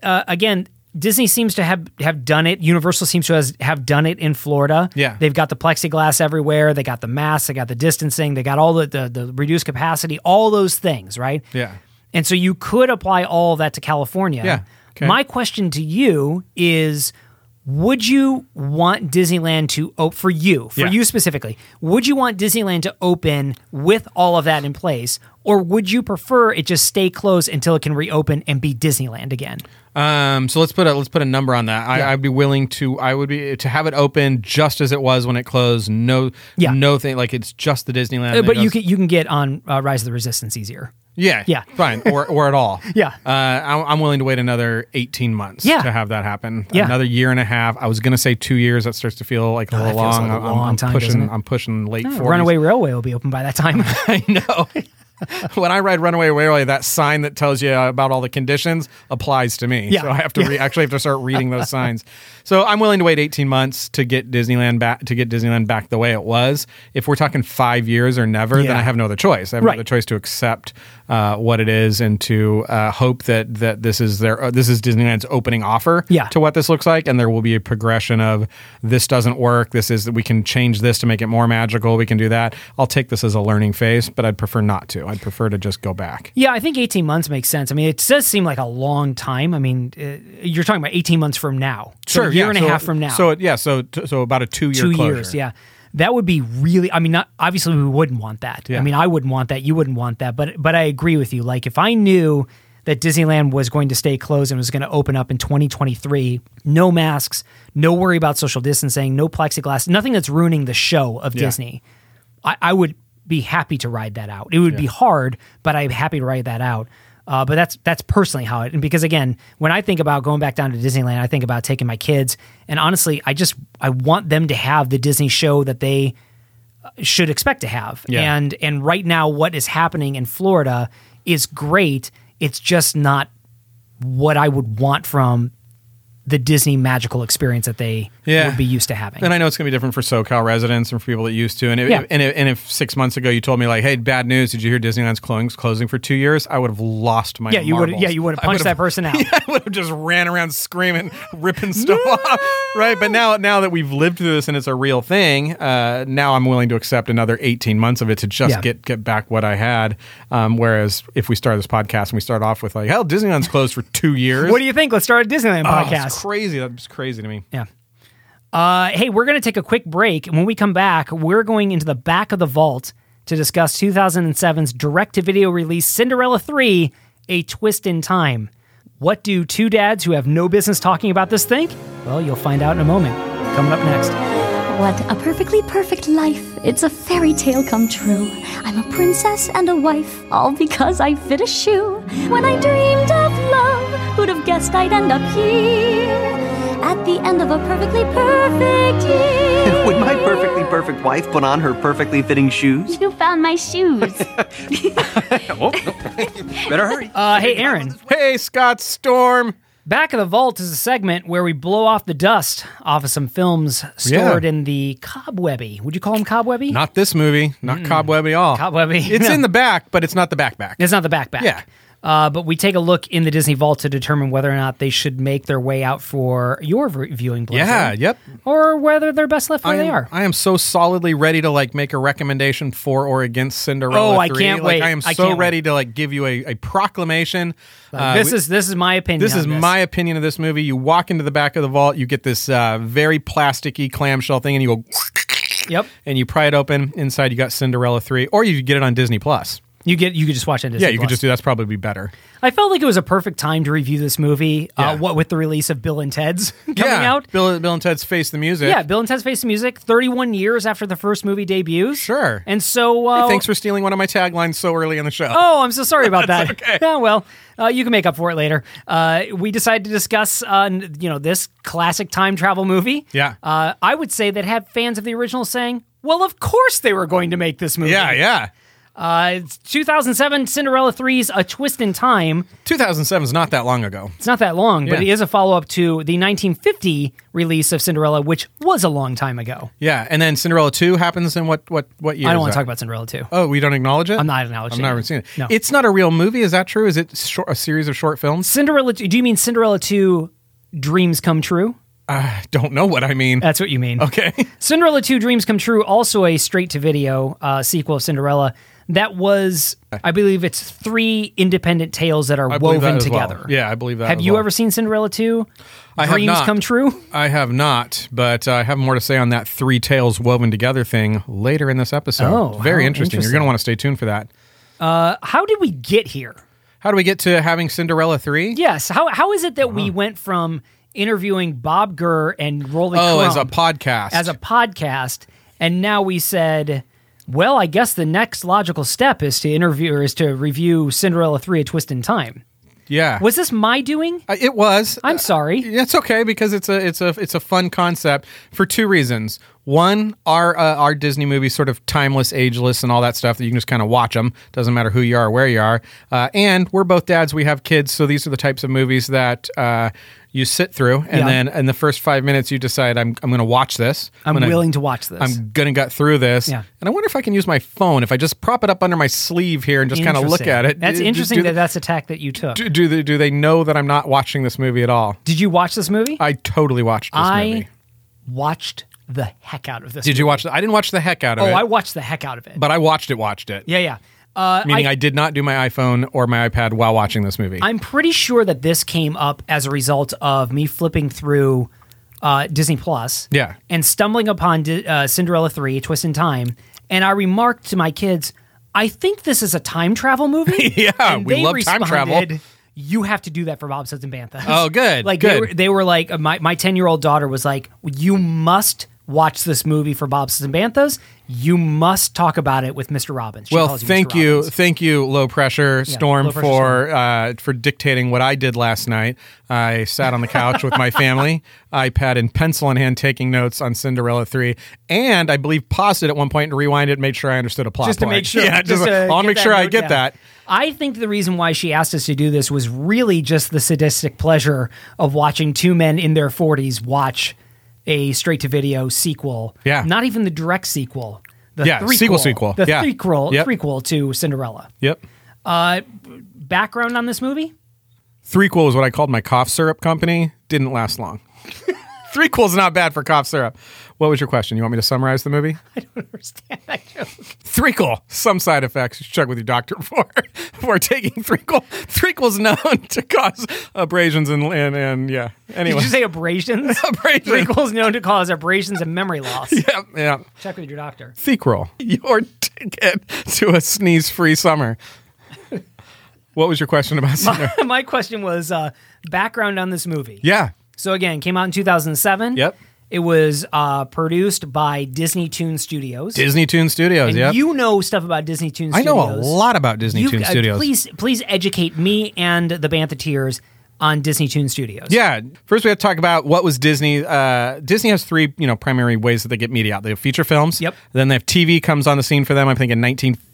uh, again, Disney seems to have, have done it. Universal seems to has, have done it in Florida.
Yeah.
They've got the plexiglass everywhere. They got the masks. They got the distancing. They got all the, the, the reduced capacity, all those things, right?
Yeah.
And so you could apply all of that to California.
Yeah. Okay.
My question to you is would you want Disneyland to open for you, for
Yeah.
you specifically? Would you want Disneyland to open with all of that in place or would you prefer it just stay closed until it can reopen and be Disneyland again? Uh,
Um, so let's put a let's put a number on that. I, I'd be willing to. I would be to have it open just as it was when it closed. No,
Yeah. Uh,
no thing like it's just the Disneyland. that
but you
goes-
can you can get on uh, Rise of the Resistance easier.
yeah,
yeah.
fine, or or at all.
Yeah.
uh, I'm, I'm willing to wait another 18 months.
Yeah.
to have that happen.
Yeah. Oh,
another year and a half. I was gonna say two years. That starts to feel like a
that
little
feels
long.
like a
I'm-
long
I'm,
time, doesn't
pushing.
it?
I'm pushing late. 40s.
Oh, Runaway Railway will be open by that time.
I know. when I ride Runaway Railway, that sign that tells you uh, about all the conditions applies to me.
Yeah.
So I have to re- actually have to start reading those signs. So I'm willing to wait 18 months to get Disneyland back to get Disneyland back the way it was. If we're talking five years or never, then
Yeah.
I have no other choice. I have
Right.
no other choice to accept uh, what it is and to uh, hope that that this is their uh, this is Disneyland's opening offer
Yeah.
to what this looks like, and there will be a progression of this doesn't work. This is we can change this to make it more magical. We can do that. I'll take this as a learning phase, but I'd prefer not to. I'd prefer to just go back.
Yeah, I think 18 months makes sense. I mean, it does seem like a long time. I mean, uh, you're talking about 18 months from now. So a year
yeah,
and
so-
a half from now.
So it- yeah, so t- so about a two year
two years. Yeah. That would be really I mean, not obviously we wouldn't want that. I
Yeah.
mean, I wouldn't want that. You wouldn't want that. But but I agree with you. Like if I knew that Disneyland was going to stay closed and was going to open up in 2023, no masks, no worry about social distancing, no plexiglass, nothing that's ruining the show of
Yeah.
Disney. I, I would be happy to ride that out. It would be hard, but I'm happy to ride that out. Uh, but that's that's personally how it. And because again, when I think about going back down to Disneyland, I think about taking my kids. And honestly, I just I want them to have the Disney show that they uh, should expect to have.
Yeah.
And and right now, what is happening in Florida is great. It's just not what I would want from the Disney magical experience that they
Yeah.
would be used to having.
And I know it's going to be different for SoCal residents and for people that used to. And if,
Yeah.
and, if, and if six months ago you told me like, "Hey, bad news! Did you hear Disneyland's closing closing for two years?" I would have lost my
yeah, you would.
marbles.
Yeah, you would have
I
punched that person out.
I would have just ran around screaming, ripping stuff off, right? But now, now that we've lived through this and it's a real thing, uh, now I'm willing to accept another 18 months of it to just
Yeah.
get get back what I had. Um, whereas if we start this podcast and we start off with like, hell, Disneyland's closed for two years.
What do you think? Let's start a Disneyland
Oh,
podcast.
It's crazy. That's crazy to me.
Yeah. Uh, hey, we're going to take a quick break. And when we come back, we're going into the back of the vault to discuss 2007's direct to video release Cinderella 3 A Twist in Time. What do two dads who have no business talking about this think? Well, you'll find out in a moment. Coming up next.
What a perfectly perfect life. It's a fairy tale come true. I'm a princess and a wife, all because I fit a shoe. When I dreamed of love, who'd have guessed I'd end up here? At the end of a perfectly perfect year.
Would my perfectly perfect wife put on her perfectly fitting shoes?
You found my shoes.
Better hurry.
Uh, hey, Aaron.
Hey, Scott Storm.
Back of the Vault is a segment where we blow off the dust off of some films stored
Yeah.
in the cobwebby. Would you call them cobwebby?
Not this movie. Not cobwebby at all.
Hmm. Cobwebby.
It's in the back, but it's not the backpack.
It's not the backpack.
Yeah.
Uh, but we take a look in the Disney Vault to determine whether or not they should make their way out for your v- viewing pleasure.
Yeah. Yep.
Or whether they're best left where
I am,
they are.
I am so solidly ready to like make a recommendation for or against Cinderella.
Oh, I
3.
can't
like,
wait.
I am
I
so
can't
ready to like give you a, a proclamation. Uh,
this
we-
is this is my opinion.
this
on
is my opinion of this movie. You walk into the back of the vault, you get this uh, very plasticky clamshell thing, and you go
Yep.
and you pry it open. Inside, you got Cinderella three, or you could get it on Disney Plus.
You get you could just watch it. on Disney
yeah, you could
Plus.
just do that's probably be better.
I felt like it was a perfect time to review this movie.
Yeah.
Uh, what with the release of Bill and Ted's coming
yeah,
out.
Bill, Bill and Ted's Face the Music.
Yeah, Bill and Ted's Face the Music, 31 years after the first movie debuts.
Sure.
And so. Uh,
Hey, thanks for stealing one of my taglines so early in the show.
Oh, I'm so sorry about that.
okay.
Oh, well, uh, you can make up for it later. Uh, we decided to discuss, uh, n- you know, this classic time travel movie.
Yeah.
Uh, I would say that had fans of the original saying, well, of course they were going to make this movie.
Yeah, yeah.
Uh, it's 2007 Cinderella 3's A Twist in Time.
2007 is not that long ago.
It's not that long, but it
Yeah.
is a follow up to the 1950 release of Cinderella, which was a long time ago.
Yeah, and then Cinderella two happens in what what what year?
I
is
don't want
that?
to talk about Cinderella 2.
Oh, we don't acknowledge it.
I'm not acknowledging
I'm not
it.
even seeing it.
No.
It's not a real movie. Is that true? Is it short, a series of short films?
Cinderella, do you mean Cinderella 2 Dreams Come True?
I don't know what I mean.
That's what you mean.
okay.
Cinderella 2 Dreams Come True, also a straight to video uh, sequel of Cinderella. That was, I believe it's three independent tales that are
Eh. I believe that
woven
as well.
together.
Yeah, I believe that.
Have
as
you
well.
ever seen Cinderella 2?
I have
Dreams
not.
Come True?
I have not, but uh, I have more to say on that three tales woven together thing later in this episode.
Oh,
very interesting. You're
how interesting.
going to want to stay tuned for that.
How did we get here?
How do we get to having Cinderella three?
Yes. How, how is it that
Uh-huh.
we went from interviewing Bob Gurr and Rolly
Oh, as a
Crumb
podcast.
as a podcast, and now we said, well, I guess the next logical step is to interview or is to review Cinderella 3 A Twist in Time.
yeah.
Was this my doing?
Uh, it was.
I'm sorry.
That's okay because it's a it's a it's a fun concept for two reasons. One, our uh, our Disney movies sort of timeless, ageless, and all that stuff that you can just kind of watch them. Doesn't matter who you are, where you are. Uh, and we're both dads. We have kids, so these are the types of movies that uh, you sit through, and
Yeah.
then in the first five minutes, you decide I'm I'm going to watch this.
I'm
gonna-
willing to watch this.
I'm gonna get through this,
Yeah.
and I wonder if I can use my phone. If I just prop it up under my sleeve here and just kind of look
Interesting.
at it,
That's
do-
interesting
do-
that that's a tack that you took.
do, do they do they know that I'm not watching this movie at all?
Did you watch this movie?
I totally watched this
I
movie.
watched the heck out of this.
Did you watch? The, I didn't watch the heck out of
Oh,
it,
I watched the heck out of it.
but I watched it. Watched it.
yeah, yeah. Uh,
Meaning I, did not do my iPhone or my iPad while watching this movie.
I'm pretty sure that this came up as a result of me flipping through uh, Disney Plus.
Yeah.
And stumbling upon Di- uh, Cinderella 3, Twist in Time. And I remarked to my kids, I think this is a time travel movie.
Yeah,
And
we
they
love time travel.
responded, You have to do that for Bob Suds and Bantha.
Oh, good,
like They,
good.
were, they were like, uh, my, my 10 year old daughter was like, you must watch this movie for Bob Suds and Bantha's. You must talk about it with Mr. Robbins. She
well,
calls
thank
Mr.
you,
Robbins.
thank you, low pressure storm
Low Pressure
for Uh, for dictating what I did last night. I sat on the couch with my family, iPad and pencil in hand, taking notes on Cinderella three, and I believe paused it at one point and rewind it, and made sure I understood a plot
just to
point.
make sure.
Yeah, just,
to
I'll
get
make
that
sure I
note
get
down.
that.
I think the reason why she asked us to do this was really just the sadistic pleasure of watching two men in their 40s watch a straight to video sequel.
Yeah.
Not even the direct sequel. The
Yeah,
threequel,
sequel, sequel.
The
Yeah.
threequel,
Yep.
threequel to Cinderella.
Yep.
Background on this movie?
Threequel was what I called my cough syrup company. Didn't last long. Threequel's not bad for cough syrup. What was your question? You want me to summarize the movie?
Understand that joke.
Threequel, some side effects. You should check with your doctor before before taking Threequel. Threequel's known to cause abrasions and and, and yeah.
Did
Anyway,
you say abrasions?
Abrasions.
Threequel's known to cause abrasions and memory loss.
yeah, yeah.
Check with your doctor.
Threequel, your ticket to a sneeze-free summer. What was your question about Sinner?
My question was uh, background on this movie.
yeah.
So again, came out in 2007.
Yep.
It was uh, produced by Disney Toon Studios.
Disney Toon Studios.
And
Yep.
you know stuff about Disney Toon
I
Studios.
know a lot about Disney
You-
Toon
uh,
Studios.
Please, please educate me and the Bantheteers on Disney Toon Studios.
Yeah. First, we have to talk about what was Disney. Uh, Disney has three, you know, primary ways that they get media out. They have feature films.
Yep.
Then they have TV comes on the scene for them. I think in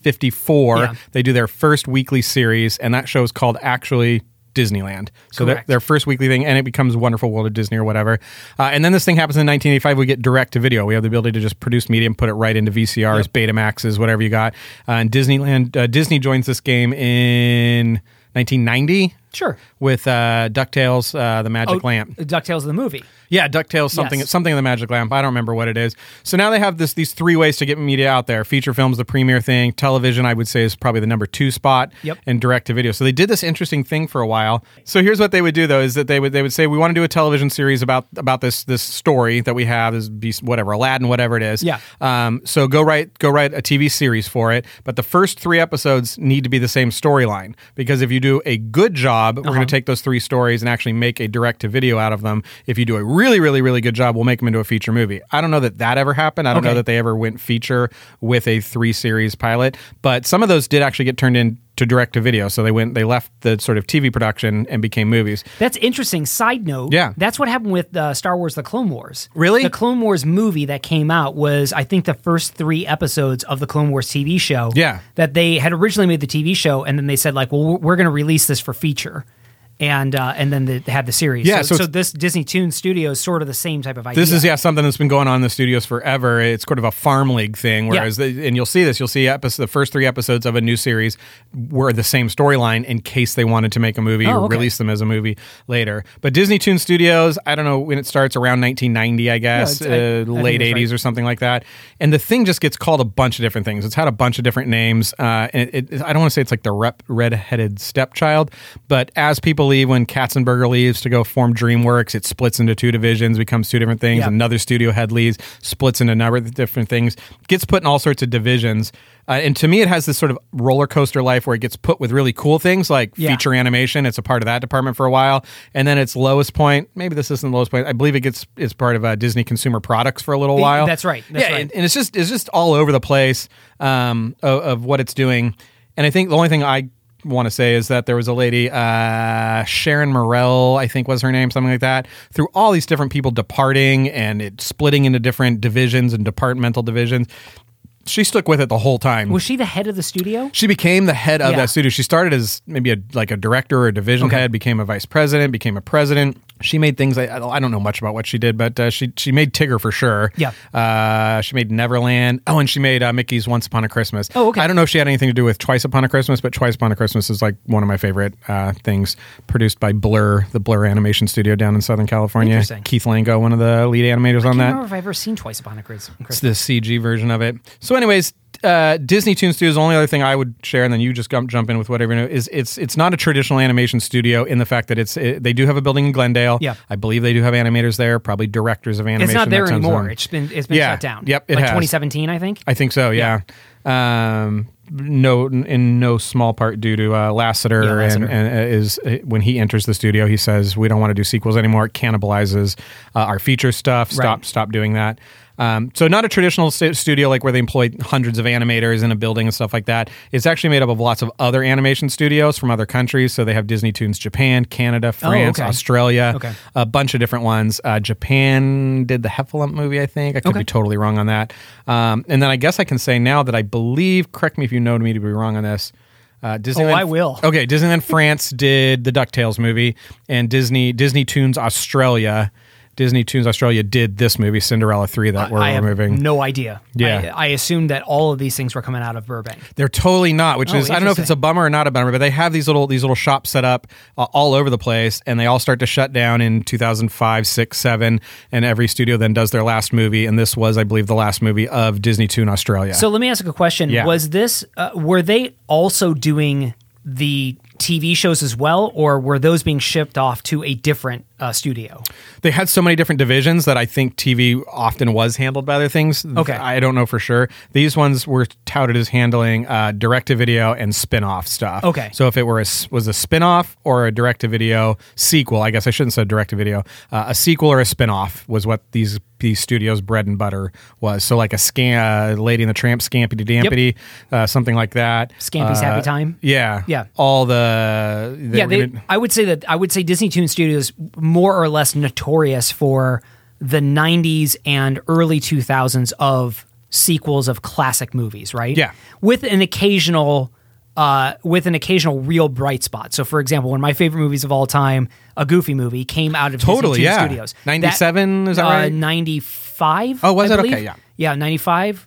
1954
Yeah.
they do their first weekly series, and that show is called actually Disneyland. So their,
Correct.
their first weekly thing, and it becomes Wonderful World of Disney or whatever. Uh, and then this thing happens in 1985. We get direct to video. We have the ability to just produce media and put it right into VCRs, Betamaxes, whatever you got. Uh, and Disneyland, uh, Disney joins this game in 1990
Sure.
with uh, Ducktales, uh, the Magic Lamp.
Oh, Ducktales of the movie.
Yeah, Ducktales, something,
Yes.
something of the Magic Lamp. I don't remember what it is. So now they have this these three ways to get media out there: feature films, the premier thing, television. I would say is probably the number two spot,
Yep.
and direct to video. So they did this interesting thing for a while. So here's what they would do though: is that they would they would say we want to do a television series about about this this story that we have is be whatever Aladdin, whatever it is.
Yeah.
Um, so go write go write a TV series for it, but the first three episodes need to be the same storyline because if you do a good job, we're going to take those three stories and actually make a direct to video out of them. If you do a really really really good job, we'll make them into a feature movie. I don't know that that ever happened. I don't know
Okay.
that they ever went feature with a three series pilot, but some of those did actually get turned into direct to video. So they went they left the sort of TV production and became movies.
That's interesting. Side note.
Yeah.
That's what happened with uh, Star Wars: The Clone Wars.
Really?
The Clone Wars movie that came out was, I think, the first three episodes of the Clone Wars TV show.
Yeah.
That they had originally made the TV show, and then they said like, well, we're- we're going to release this for feature. And, uh, and then they had the series.
Yeah, so
So, so
it's-
this Disney Toon Studio is sort of the same type of idea.
This is yeah something that's been going on in the studios forever. It's sort of a farm league thing. Whereas, the, and you'll see this, you'll see episode, the first three episodes of a new series were the same storyline in case they wanted to make a movie
Oh,
or
okay.
release them as a movie later. But Disney Toon Studios, I don't know when it starts around 1990, I guess,
it's- I- I
uh,
think
late
that's right.
80s or something like that. And the thing just gets called a bunch of different things. It's had a bunch of different names. Uh, and it, it, I don't want to say it's like the rep, red-headed stepchild, but as people leave, when Katzenberger leaves to go form DreamWorks, it splits into two divisions, becomes two different things.
Yeah.
Another studio head leaves, splits into a number of different things, gets put in all sorts of divisions. Uh, and to me, it has this sort of roller coaster life where it gets put with really cool things like
Yeah.
feature animation. It's a part of that department for a while, and then its lowest point. Maybe this isn't the lowest point. I believe it gets it's part of uh, Disney Consumer Products for a little
The-
while.
that's right, that's
yeah,
right.
And, and it's just it's just all over the place um, of, of what it's doing. And I think the only thing I want to say is that there was a lady, uh, Sharon Morell, I think was her name, something like that. Through all these different people departing and it splitting into different divisions and departmental divisions, she stuck with it the whole time.
Was she the head of the studio?
She became the head of
Yeah.
that studio. She started as maybe a like a director or a division head, became a vice president, became a president. She made things. I, I don't know much about what she did, but uh, she she made Tigger for sure.
Yeah.
Uh, she made Neverland. Oh, and she made uh, Mickey's Once Upon a Christmas.
Oh, okay.
I don't know if she had anything to do with Twice Upon a Christmas, but Twice Upon a Christmas is like one of my favorite uh, things. Produced by Blur, the Blur animation studio down in Southern California.
Interesting.
Keith Lango, one of the lead animators on that.
I don't remember if I've ever seen Twice Upon a Chris-
It's
Christmas.
the CG version of it. So, anyways, uh, Disney Toon Studio is the only other thing I would share, and then you just jump, jump in with whatever you know. Is it's it's not a traditional animation studio in the fact that it's it, they do have a building in Glendale.
Yeah.
I believe they do have animators there, probably directors of animation.
It's not there
that sounds
anymore.
wrong.
It's been it's been
Yeah,
shut down.
yep, it
like
has.
2017, I think.
I think so. Yeah. Um, no, in no small part due to uh, Lassiter,
Yeah, Lasseter.
and, and uh, is uh, when he enters the studio, he says, "We don't want to do sequels anymore. It cannibalizes uh, our feature stuff. Stop,
Right.
stop doing that." Um, so not a traditional st- studio like where they employ hundreds of animators in a building and stuff like that. It's actually made up of lots of other animation studios from other countries. So they have Disney Toons Japan, Canada, France,
Oh, okay.
Australia,
Okay.
a bunch of different ones. Uh, Japan did the Heffalump movie, I think. I could
Okay.
be totally wrong on that. Um, and then I guess I can say now that I believe, correct me if you know me to be wrong on this. Uh, Disneyland,
Oh, I will.
Okay, Disneyland France did the Ducktales movie, and Disney Disney Toons Australia, Disney Toons Australia did this movie Cinderella three that we're
I have
removing.
no idea.
Yeah.
I, I assumed that all of these things were coming out of Burbank.
They're totally not, which
Oh,
is I don't know if it's
interesting.
a bummer or not a bummer, but they have these little these little shops set up uh, all over the place, and they all start to shut down in 2005, six, seven, and every studio then does their last movie, and this was, I believe, the last movie of Disney Toon Australia.
So let me ask a question.
Yeah.
Was this uh, were they also doing the TV shows as well, or were those being shipped off to a different uh, studio.
They had so many different divisions that I think TV often was handled by other things.
Okay.
I don't know for sure. These ones were touted as handling uh, direct to video and spin off stuff.
Okay.
So if it were a, s- was a spin off or a direct to video sequel, I guess I shouldn't say direct to video, uh, a sequel or a spin off was what these these studios' bread and butter was. So like a scan, uh, Lady and the Tramp, Scampity Dampity, uh, something like that.
Scampy's
Uh,
Happy Time.
Yeah.
Yeah.
All the. they
yeah,
were
they,
gonna-
I would say that I would say Disney Toon Studios more or less notorious for the '90s and early 2000s of sequels of classic movies, right?
Yeah.
with an occasional. Uh, with an occasional real bright spot. So, for example, one of my favorite movies of all time, a Goofy movie, came out of Disney
Totally,
Toon
yeah.
Studios. That-
97, is that
uh,
right?
95.
Oh, was
I
it?
believe.
Okay, yeah.
Yeah, 95.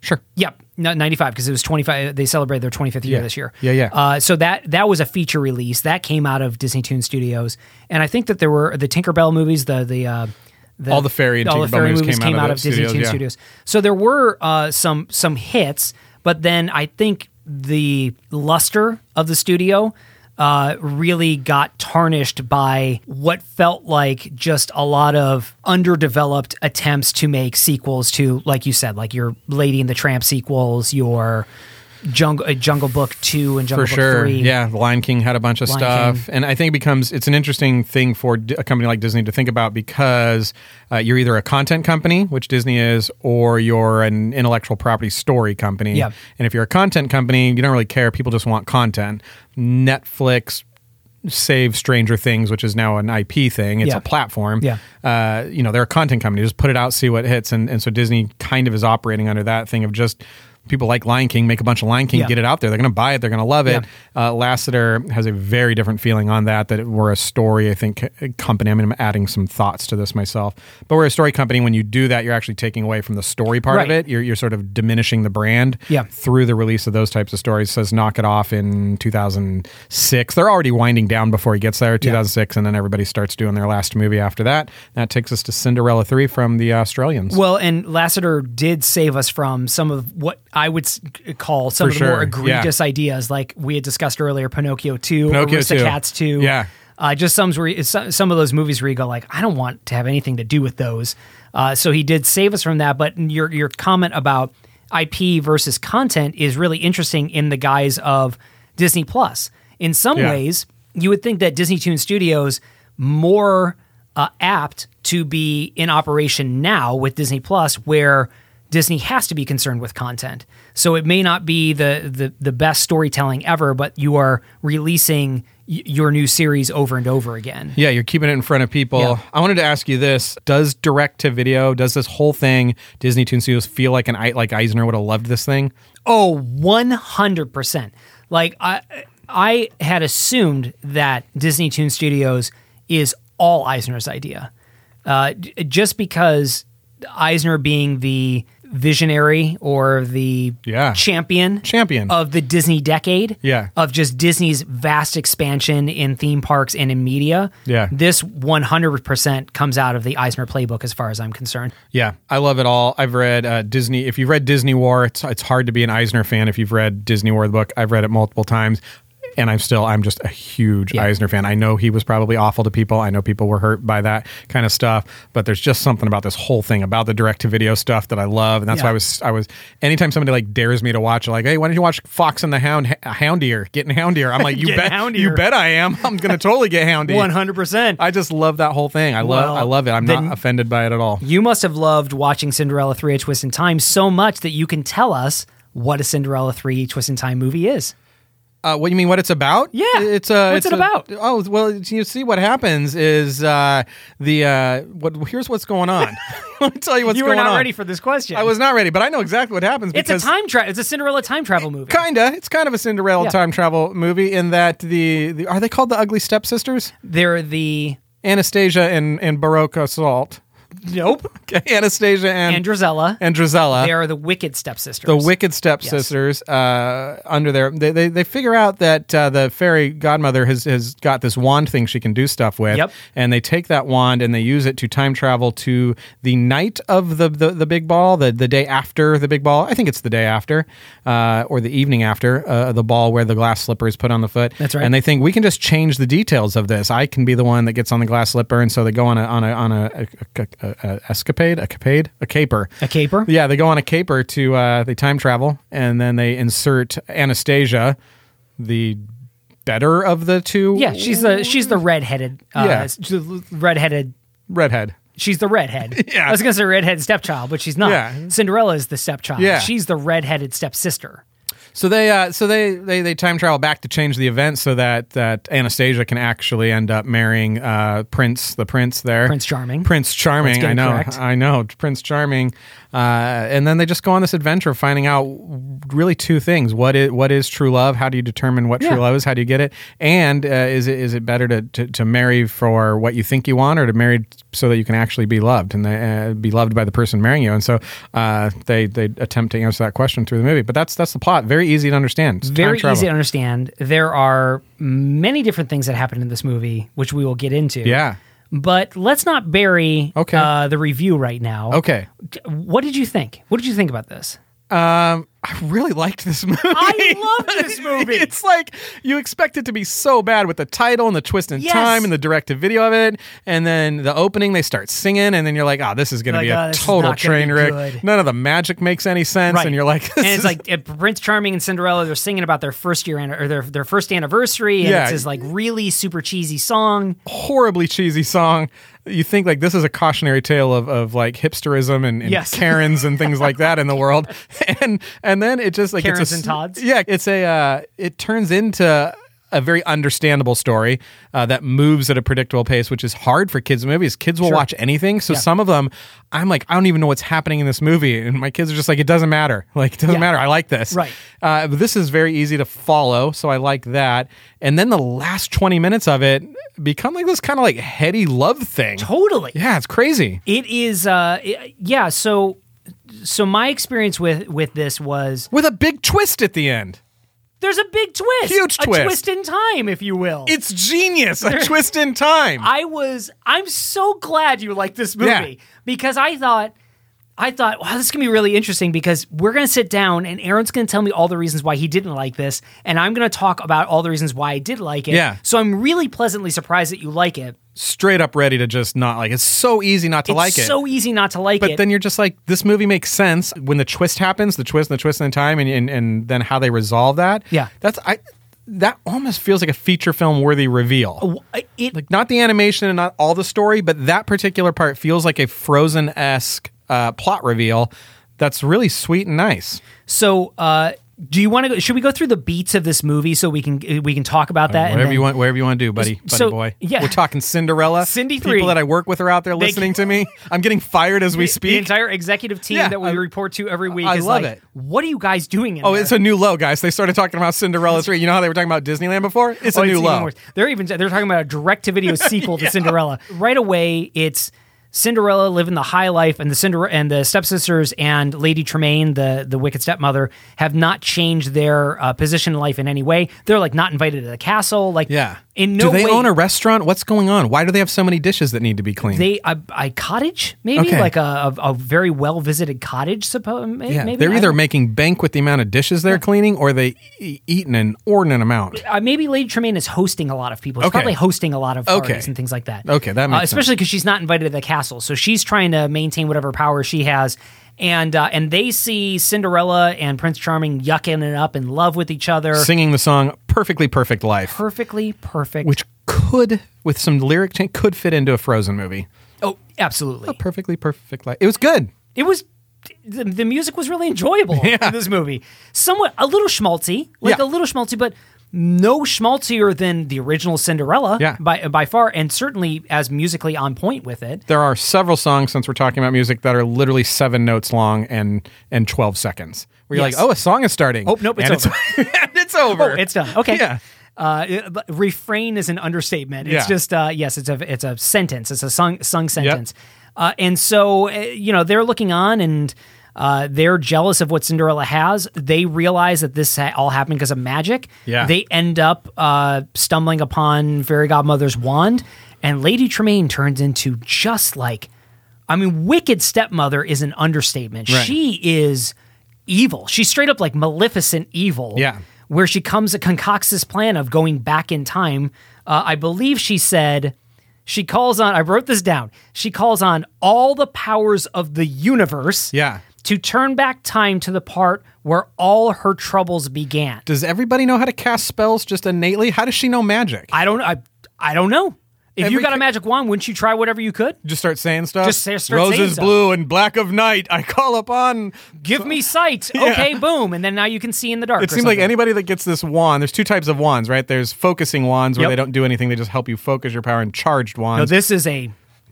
sure.
Yep, no, 95 because it was 25 they celebrated their 25th year
Yeah.
this year.
Yeah, yeah.
Uh, so that that was a feature release that came out of Disney Toon Studios and I think that there were the Tinkerbell movies, the the uh the,
All the fairy and
all the
Tinkerbell
fairy
movies
movies
came out of
Disney
studios,
Toon
yeah.
Studios. So there were uh, some some hits, but then I think the luster of the studio uh, really got tarnished by what felt like just a lot of underdeveloped attempts to make sequels to, like you said, like your Lady and the Tramp sequels, your Jungle uh, Jungle Book two and Jungle
for
Book
sure.
three.
Yeah, The Lion King had a bunch of
Lion
stuff, and I think it becomes it's an interesting thing for D- a company like Disney to think about because uh, you're either a content company, which Disney is, or you're an intellectual property story company.
Yep.
And if you're a content company, you don't really care. People just want content. Netflix. Save Stranger Things, which is now an IP thing. It's
Yeah.
a platform.
Yeah.
Uh, you know, they're a content company. Just put it out, see what hits. And, and so Disney kind of is operating under that thing of just people like Lion King, make a bunch of Lion King,
Yeah.
get it out there. They're going to buy it. They're going to love it. Uh, Lassiter has a very different feeling on that. That we're a story, I think, c- company. I mean, I'm adding some thoughts to this myself. But we're a story company. When you do that, you're actually taking away from the story part of
Right.
it. You're, you're sort of diminishing the brand
Yeah.
through the release of those types of stories. Says knock it off in 2006. They're already winding down before he gets there. 2006, and then everybody starts doing their last movie after that. That takes us to Cinderella three from the Australians.
Well, and Lassiter did save us from some of what I would s- call some
For
of the more
sure, yeah.
egregious ideas, like we had discussed earlier, Pinocchio two,
Pinocchio 2.
Aristocats two,
Yeah.
uh, just some where some some of those movies where you go like, I don't want to have anything to do with those. Uh, so he did save us from that. But your your comment about IP versus content is really interesting in the guise of Disney Plus. In some
Yeah.
ways, you would think that Disney Toon Studios more uh, apt to be in operation now with Disney Plus, where Disney has to be concerned with content. So it may not be the the, the best storytelling ever, but you are releasing y- your new series over and over again.
Yeah, you're keeping it in front of people.
Yeah.
I wanted to ask you this: Does direct to video, does this whole thing Disney Toon Studios feel like an I- like Eisner would have loved this thing?
Oh, 100%. Like I I had assumed that Disney Toon Studios is all Eisner's idea. Uh, d- just because Eisner being the visionary or the
Yeah.
champion
Champion.
of the Disney decade
Yeah.
of just Disney's vast expansion in theme parks and in media.
Yeah.
This 100% comes out of the Eisner playbook as far as I'm concerned.
Yeah, I love it all. I've read uh, Disney. If you've read Disney War, it's it's hard to be an Eisner fan if you've read Disney War the book. I've read it multiple times. And I'm still, I'm just a huge
Yeah.
Eisner fan. I know he was probably awful to people. I know people were hurt by that kind of stuff. But there's just something about this whole thing about the direct to video stuff that I love, and that's why I
Yeah.
was, I was. Anytime somebody like dares me to watch, it, like, hey, why don't you watch Fox and the Hound, H- Houndier, getting Houndier? I'm like, you
Getting
bet,
Houndier.
you bet I am. I'm gonna totally get Houndier.
100%.
I just love that whole thing. I
Well,
love, I love it. I'm
then-
not offended by it at all.
You must have loved watching Cinderella 3 A Twist in Time so much that you can tell us what a Cinderella 3 A Twist in Time movie is.
Uh, what you mean? What it's about?
Yeah.
it's uh,
What's
it's
it about?
A, oh well, it's- you see what happens is uh, the uh, what here's what's going on. Let me tell you what's
you were
going
not
on.
ready for this question.
I was not ready, but I know exactly what happens.
It's a
because
time travel. It's a Cinderella time travel movie.
Kinda, it's kind of a Cinderella
Yeah.
time travel movie in that the, the are they called the ugly stepsisters?
They're the
Anastasia and and Baroque Assault.
Nope.
Okay, Anastasia and
And Drizella.
and Drizella.
They are the wicked stepsisters.
the wicked stepsisters uh, under their they, they, they figure out that uh, the fairy godmother has, has got this wand thing she can do stuff with
Yep.
and they take that wand and they use it to time travel to the night of the the, the big ball the, the day after the big ball i think it's the day after uh, or the evening after uh, the ball where the glass slipper is put on the foot
That's right.
and they think we can just change the details of this i can be the one that gets on the glass slipper and so they go on a on a on a, a, a, a, a escapade a capade a caper
A caper?
yeah, they go on a caper to uh, they time travel, and then they insert Anastasia, the better of the two.
Yeah, she's the she's the redheaded. Uh,
Yeah.
s- she's the redheaded.
redhead.
She's the redhead.
Yeah.
I was gonna say redhead stepchild, but she's not.
Yeah.
Cinderella is the stepchild.
Yeah.
She's the redheaded stepsister.
So they uh, so they, they they time travel back to change the event so that that Anastasia can actually end up marrying uh, Prince the Prince there
Prince Charming.
Prince Charming.
Let's get
I
it
know.
correct.
I know. Prince Charming. Uh, and then they just go on this adventure of finding out really two things. What is, what is true love? How do you determine what
Yeah.
true love is? How do you get it? And uh, is it is it better to, to, to marry for what you think you want or to marry so that you can actually be loved and uh, be loved by the person marrying you? And so uh, they, they attempt to answer that question through the movie. But that's that's the plot. Very easy to understand. It's time
Very
travel.
easy to understand. There are many different things that happen in this movie, which we will get into.
Yeah.
But let's not bury
Okay.
uh, the review right now.
Okay.
D- What did you think? What did you think about this?
Um, I really liked this movie.
I loved this movie.
it's like you expect it to be so bad with the title and the twist in
Yes.
time and the directive video of it, and then the opening they start singing, and then you're like, "Oh, this is going to
Like,
be
"Oh,
a
this is
total
not gonna
train
be
wreck."
good.
None of the magic makes any sense, and you're like,
and
this
it's
is-
like uh, Prince Charming and Cinderella. They're singing about their first year an- or their their first anniversary, and
Yeah.
it's this like really super cheesy song.
horribly cheesy song. You think like this is a cautionary tale of, of like hipsterism and, and
Yes.
Karens and things like that in the world, and and then it just like
Karens
it's a,
and Todds?
Yeah, it's a uh, it turns into a very understandable story uh, that moves at a predictable pace, which is hard for kids' movies. Kids will watch anything, so some of them, I'm like, I don't even know what's happening in this movie, and my kids are just like, it doesn't matter, like it doesn't
Yeah.
matter. I like this,
Right.
uh, but this is very easy to follow, so I like that. And then the last 20 minutes of it become like this kind of like heady love thing.
Totally,
Yeah, it's crazy.
it is. Uh, i- yeah. So, so my experience with with this was
With a big twist at the end.
there's a big twist,
Huge
a
twist.
twist in time, if you will.
It's genius. A twist in time.
I was. I'm so glad you liked this movie
Yeah.
because I thought. I thought, wow, this is gonna be really interesting because we're gonna sit down and Aaron's gonna tell me all the reasons why he didn't like this, and I'm gonna talk about all the reasons why I did like it.
Yeah.
So I'm really pleasantly surprised that you like it.
Straight up ready to just not like it's so easy not to
it's
like it.
so easy not to like
but
it.
then you're just like, this movie makes sense when the twist happens, the twist and the twist in time, and, and and then how they resolve that.
Yeah.
That's I that almost feels like a feature film worthy reveal.
it
like not the animation and not all the story, but that particular part feels like a Frozen esque uh, plot reveal. That's really sweet and nice.
so uh do you want to go should we go through the beats of this movie so we can we can talk about that and
Uh, Whatever
then-
you want, wherever you want to do, buddy, buddy
So,
boy.
yeah.
we're talking Cinderella.
Cindy three.
people that I work with are out there listening to me. I'm getting fired as we
the- the
speak.
entire executive team
Yeah,
that we
I-
report to every week
I
is
love
like,
it.
what are you guys doing in
oh,
there?
it's a new low, guys. They started talking about Cinderella three. You know how they were talking about Disneyland before? It's a
Oh,
new
even
low.
worse. They're even they're talking about a direct to video sequel to Cinderella. Right away, it's Cinderella living the high life, and the Cinder and the stepsisters and Lady Tremaine, the the wicked stepmother, have not changed their uh, position in life in any way. They're like not invited to the castle. Like
Yeah.
in no
do they
way
own a restaurant? What's going on? Why do they have so many dishes that need to be cleaned?
they a, a cottage maybe
Okay.
like a, a, a very well visited cottage. Suppose maybe,
yeah, they're
I
either
don't-
making bank with the amount of dishes they're cleaning, or they e- eat in an inordinate amount.
uh, maybe Lady Tremaine is hosting a lot of people. She's
Okay.
probably hosting a lot of parties
Okay.
and things like that.
Okay, that makes
uh, especially because she's not invited to the castle, so she's trying to maintain whatever power she has. And uh, and they see Cinderella and Prince Charming yucking it up in love with each other.
singing the song "Perfectly Perfect Life,"
Perfectly perfect.
which could, with some lyric change, could fit into a Frozen movie.
oh, absolutely.
"Perfectly Perfect Life." It was good.
it was the, the music was really enjoyable in this movie. Somewhat a little schmaltzy, like
Yeah.
a little schmaltzy, but no schmaltzier than the original Cinderella
Yeah.
by by far, and certainly as musically on point with it.
There are several songs, since we're talking about music, that are literally seven notes long and and twelve seconds. Where you're
Yes.
like, "Oh, a song is starting."
Oh, nope, it's
and
over. Oh,
It's, and it's over.
It's done. Okay.
Yeah.
Uh, it- but refrain is an understatement. It's
Yeah.
just uh, yes, it's a it's a sentence. It's a sung sung sentence. Uh, and so, uh, you know, they're looking on and uh, they're jealous of what Cinderella has. They realize that this ha- all happened because of magic.
Yeah.
They end up uh, stumbling upon Fairy Godmother's wand, and Lady Tremaine turns into just like, I mean, Wicked Stepmother is an understatement.
Right.
She is evil. She's straight up like Maleficent evil.
Yeah.
Where she comes, concocts this plan of going back in time. Uh, I believe she said, she calls on, I wrote this down. She calls on all the powers of the universe
Yeah.
to turn back time to the part where all her troubles began.
Does everybody know how to cast spells just innately? How does she know magic?
I don't I I don't know. If you
Every
got a
ca-
magic wand, wouldn't you try whatever you could?
just start saying stuff.
Just say- start
Roses
saying stuff.
blue and black of night. I call upon.
Give me sight. Okay, boom. And then now you can see in the dark.
It
or
seems like
something.
anybody that gets this wand. There's two types of wands, right? There's focusing wands where
Yep.
they don't do anything; they just help you focus your power. And charged
No,
wands.
this is a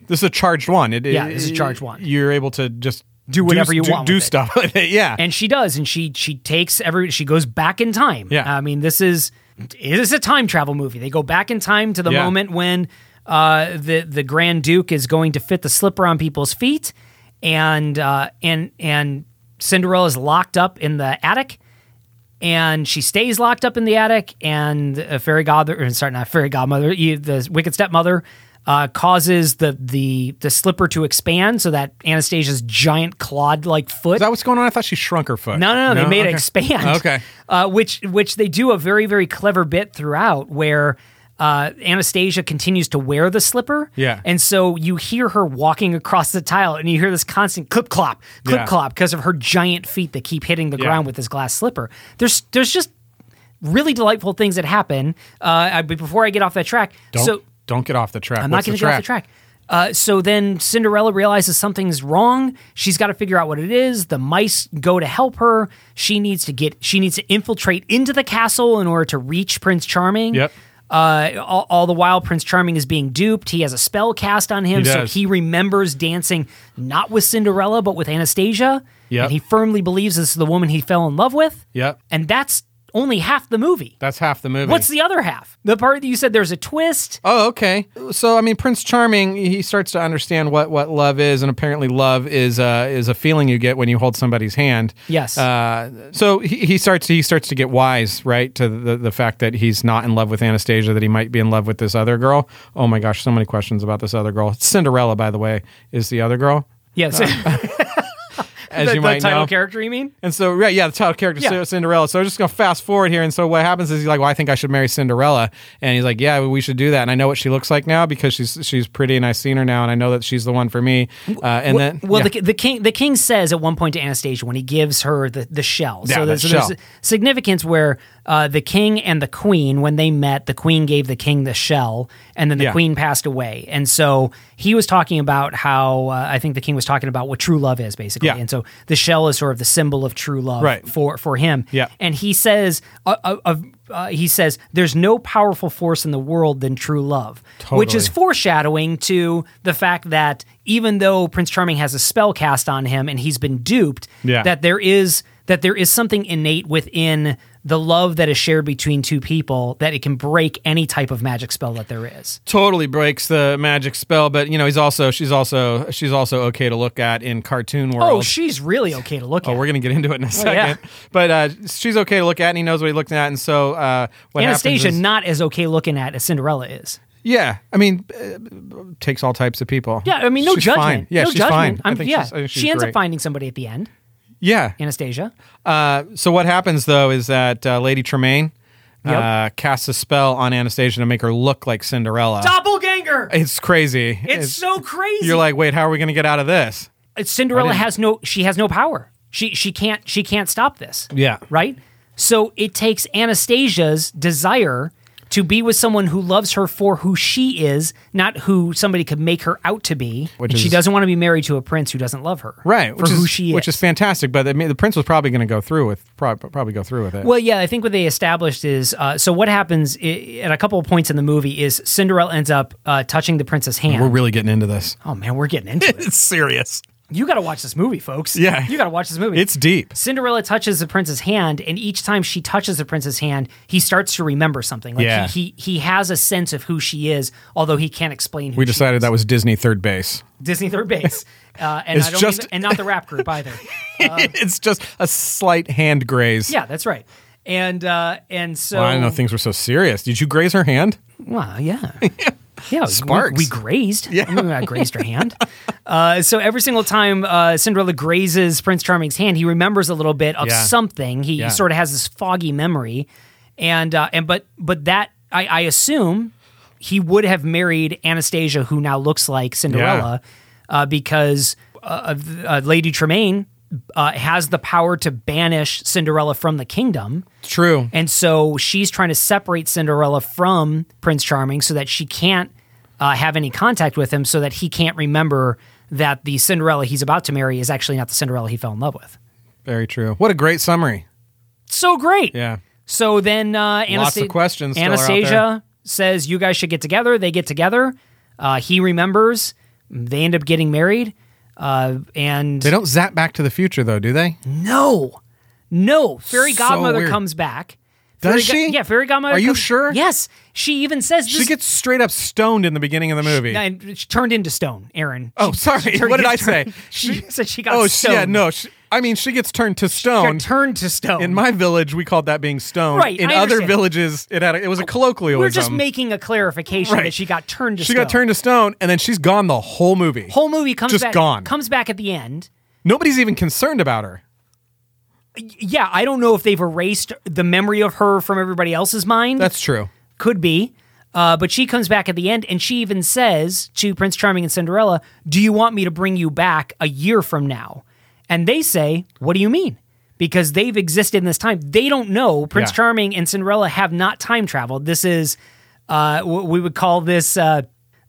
this is a charged wand. It,
Yeah, this is a charged wand.
You're able to just
Do whatever you want
Do
with it.
stuff with it. Yeah.
and she does and she she takes every she goes back in time
Yeah.
i mean this is it is a time travel movie they go back in time to the
Yeah.
moment when uh the the grand duke is going to fit the slipper on people's feet and uh and and cinderella's locked up in the attic and she stays locked up in the attic and a fairy godmother or sorry not fairy godmother e- the wicked stepmother uh, causes the the the slipper to expand so that Anastasia's giant clawed like foot
is that what's going on? I thought she shrunk her foot.
no, no, no. They made
Okay.
it expand.
Okay.
Uh, which which they do a very very clever bit throughout where. Uh, Anastasia continues to wear the slipper.
Yeah.
And so you hear her walking across the tile and you hear this constant clip clop, clip
Yeah.
clop because of her giant feet that keep hitting the
Yeah.
ground with this glass slipper. There's there's just really delightful things that happen. Uh, I, but before I get off that track,
Don't,
so
don't get off the track.
I'm
What's
not going
the
to get off the track. Uh, so then Cinderella realizes something's wrong. She's got to figure out what it is. The mice go to help her. She needs to get. She needs to infiltrate into the castle in order to reach Prince Charming.
Yep.
Uh, all, all the while, Prince Charming is being duped. He has a spell cast on him,
He
so
does.
he remembers dancing not with Cinderella but with Anastasia.
Yep.
And he firmly believes this is the woman he fell in love with.
Yep.
And that's only half the movie.
That's half the movie.
What's the other half? The part that you said there's a twist.
Oh, okay. So I mean, Prince Charming, he starts to understand what, what love is, and apparently, love is uh, is a feeling you get when you hold somebody's hand.
Yes.
Uh, so he, he starts he starts to get wise, right, to the the fact that he's not in love with Anastasia, that he might be in love with this other girl. Oh my gosh, so many questions about this other girl. Cinderella, by the way, is the other girl,
yes.
as
the,
you
the
might
title
know.
character, you mean?
And so, right, yeah, the child character
Yeah.
Cinderella. So I'm just gonna fast forward here. And so what happens is he's like, "Well, I think I should marry Cinderella," and he's like, "Yeah, we should do that." And I know what she looks like now because she's she's pretty, and I've seen her now, and I know that she's the one for me. Uh, and
well,
then,
well
yeah.
the, the king the king says at one point to Anastasia when he gives her the, the shell.
Yeah,
so there's,
that
there's
shell.
significance where uh, the king and the queen, when they met, the queen gave the king the shell, and then the
Yeah.
queen passed away. And so he was talking about how uh, I think the king was talking about what true love is basically.
Yeah.
And so the shell is sort of the symbol of true love
Right.
for for him.
Yeah.
And he says uh, uh, uh, uh, he says there's no powerful force in the world than true love, which is
Totally.
foreshadowing to the fact that even though Prince Charming has a spell cast on him and he's been duped,
Yeah.
that there is that there is something innate within the love that is shared between two people that it can break any type of magic spell that there is.
totally breaks the magic spell. But you know, he's also she's also she's also okay to look at in cartoon world.
Oh, she's really okay to look at.
Oh, we're gonna get into it in a second,
yeah.
but uh, she's okay to look at, and he knows what he looked at, and so uh, what happens
Anastasia
is-
not as okay looking at as Cinderella is.
Yeah, I mean, uh, takes all types of people.
Yeah, I mean, no
She's
judgment.
Fine. Yeah,
no
she's
judgment.
fine. I
I'm-
think
yeah,
she's- I think she's
she ends
great.
up finding somebody at the end.
Yeah.
Anastasia.
Uh, so what happens though is that uh, Lady Tremaine uh,
Yep.
casts a spell on Anastasia to make her look like Cinderella.
Doppelganger.
It's crazy.
It's, so crazy.
You're like, wait, how are we going to get out of this? I
Uh, Cinderella
didn't-
has no she has no power. She she can't she can't stop this.
Yeah.
Right? So it takes Anastasia's desire to be with someone who loves her for who she is, not who somebody could make her out to be.
Which
and she
is-
doesn't want to be married to a prince who doesn't love her.
Right,
For
which
who
is,
she is.
which is fantastic. But I mean, the prince was probably going to go through with prob- probably go through with it.
Well, yeah, I think what they established is uh, so what happens i at a couple of points in the movie is Cinderella ends up uh, touching the prince's hand.
We're really getting into this.
oh man, we're getting into it.
It's serious.
You got to watch this movie, folks.
Yeah.
You got to watch this movie.
It's deep.
Cinderella touches the prince's hand, and each time she touches the prince's hand, he starts to remember something. Like
Yeah.
he, he he has a sense of who she is, although he can't explain. Who
We
she
decided
is.
that was Disney third base.
Disney third base, uh, and
It's
I don't
just-
even, and not the rap group either.
it's just a slight hand graze.
yeah, that's right. And uh, and so
Well, I didn't know things were so serious. Did you graze her hand?
Well, yeah. Yeah, we-
Sparks.
We, grazed. Yeah. I, mean, I grazed her hand. Uh, so every single time uh, Cinderella grazes Prince Charming's hand, he remembers a little bit of
Yeah.
something. He
Yeah.
sort of has this foggy memory, and uh, and but but that I, I assume he would have married Anastasia, who now looks like Cinderella, uh, because uh, of- uh, Lady Tremaine uh, has the power to banish Cinderella from the kingdom.
True.
And so she's trying to separate Cinderella from Prince Charming so that she can't uh, have any contact with him, so that he can't remember that the Cinderella he's about to marry is actually not the Cinderella he fell in love with.
Very true. What a great summary.
So great.
Yeah.
So then uh, Anasta-
Lots of questions still are out
Anastasia says, You guys should get together. They get together. Uh, he remembers. They end up getting married. Uh, and
They don't zap back to the future though, do they?
No, no. Fairy
So
godmother
weird.
comes back.
Does
Fairy go-
she?
yeah, fairy godmother.
Are you
comes-
sure?
Yes. She even says this,
She gets straight up stoned in the beginning of the movie.
and she turned into stone. Aaron.
oh,
She-
sorry.
she turned
what did
into-
I say?
She said she got.
Oh, she-
stoned.
yeah, no. She, I mean, she gets turned to
She
stone.
got turned to stone.
in my village, we called that being stoned.
Right,
In
I
other
understand.
villages, it had a, it was a colloquialism.
We're just making a clarification
um, Right.
that she got turned to
She
stone.
got turned to stone, and then she's gone the whole movie.
Whole movie comes
Just
back,
gone.
Comes back at the end.
Nobody's even concerned about her.
Yeah, I don't know if they've erased the memory of her from everybody else's mind.
That's true.
could be. Uh, but she comes back at the end and she even says to Prince Charming and Cinderella, Do you want me to bring you back a year from now? And they say, What do you mean? Because they've existed in this time. They don't know. Prince
Yeah.
Charming and Cinderella have not time traveled. This is, uh, w- we would call this uh,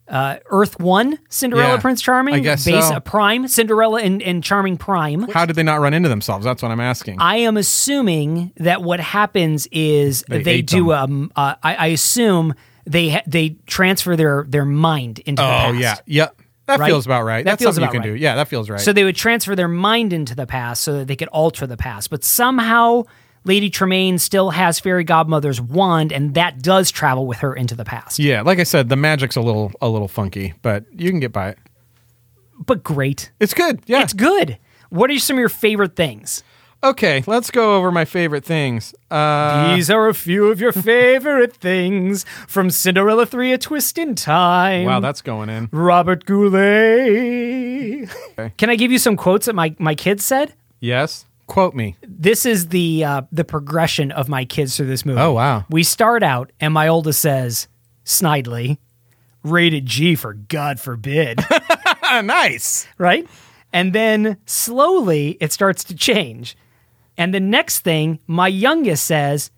uh, Earth One Cinderella
Yeah,
Prince Charming.
I guess
Base
so.
uh, Prime Cinderella and, and Charming Prime.
How did they not run into themselves? That's what I'm asking.
I am assuming that what happens is they,
ate
do um uh, I, I assume they ha- they transfer their their mind into the
oh
past.
yeah, yep. That
Right?
feels about right.
That
That's
feels
something
about
you can
right.
do. Yeah, that feels right.
So they would transfer their mind into the past so that they could alter the past. But somehow Lady Tremaine still has Fairy Godmother's wand and that does travel with her into the past.
yeah, like I said, the magic's a little a little funky, but you can get by it.
But great.
It's good. Yeah,
It's good. What are some of your favorite things?
Okay, let's go over my favorite things. Uh,
These are a few of your favorite things from Cinderella 3 A Twist in Time.
wow, that's going in.
Robert Goulet. Can I give you some quotes that my, my kids said?
Yes, quote me.
This is the uh, the progression of my kids through this movie.
Oh, wow.
We start out, and my oldest says, snidely, rated G for God forbid,
Ah, nice.
right? And then slowly it starts to change. And the next thing, my youngest says,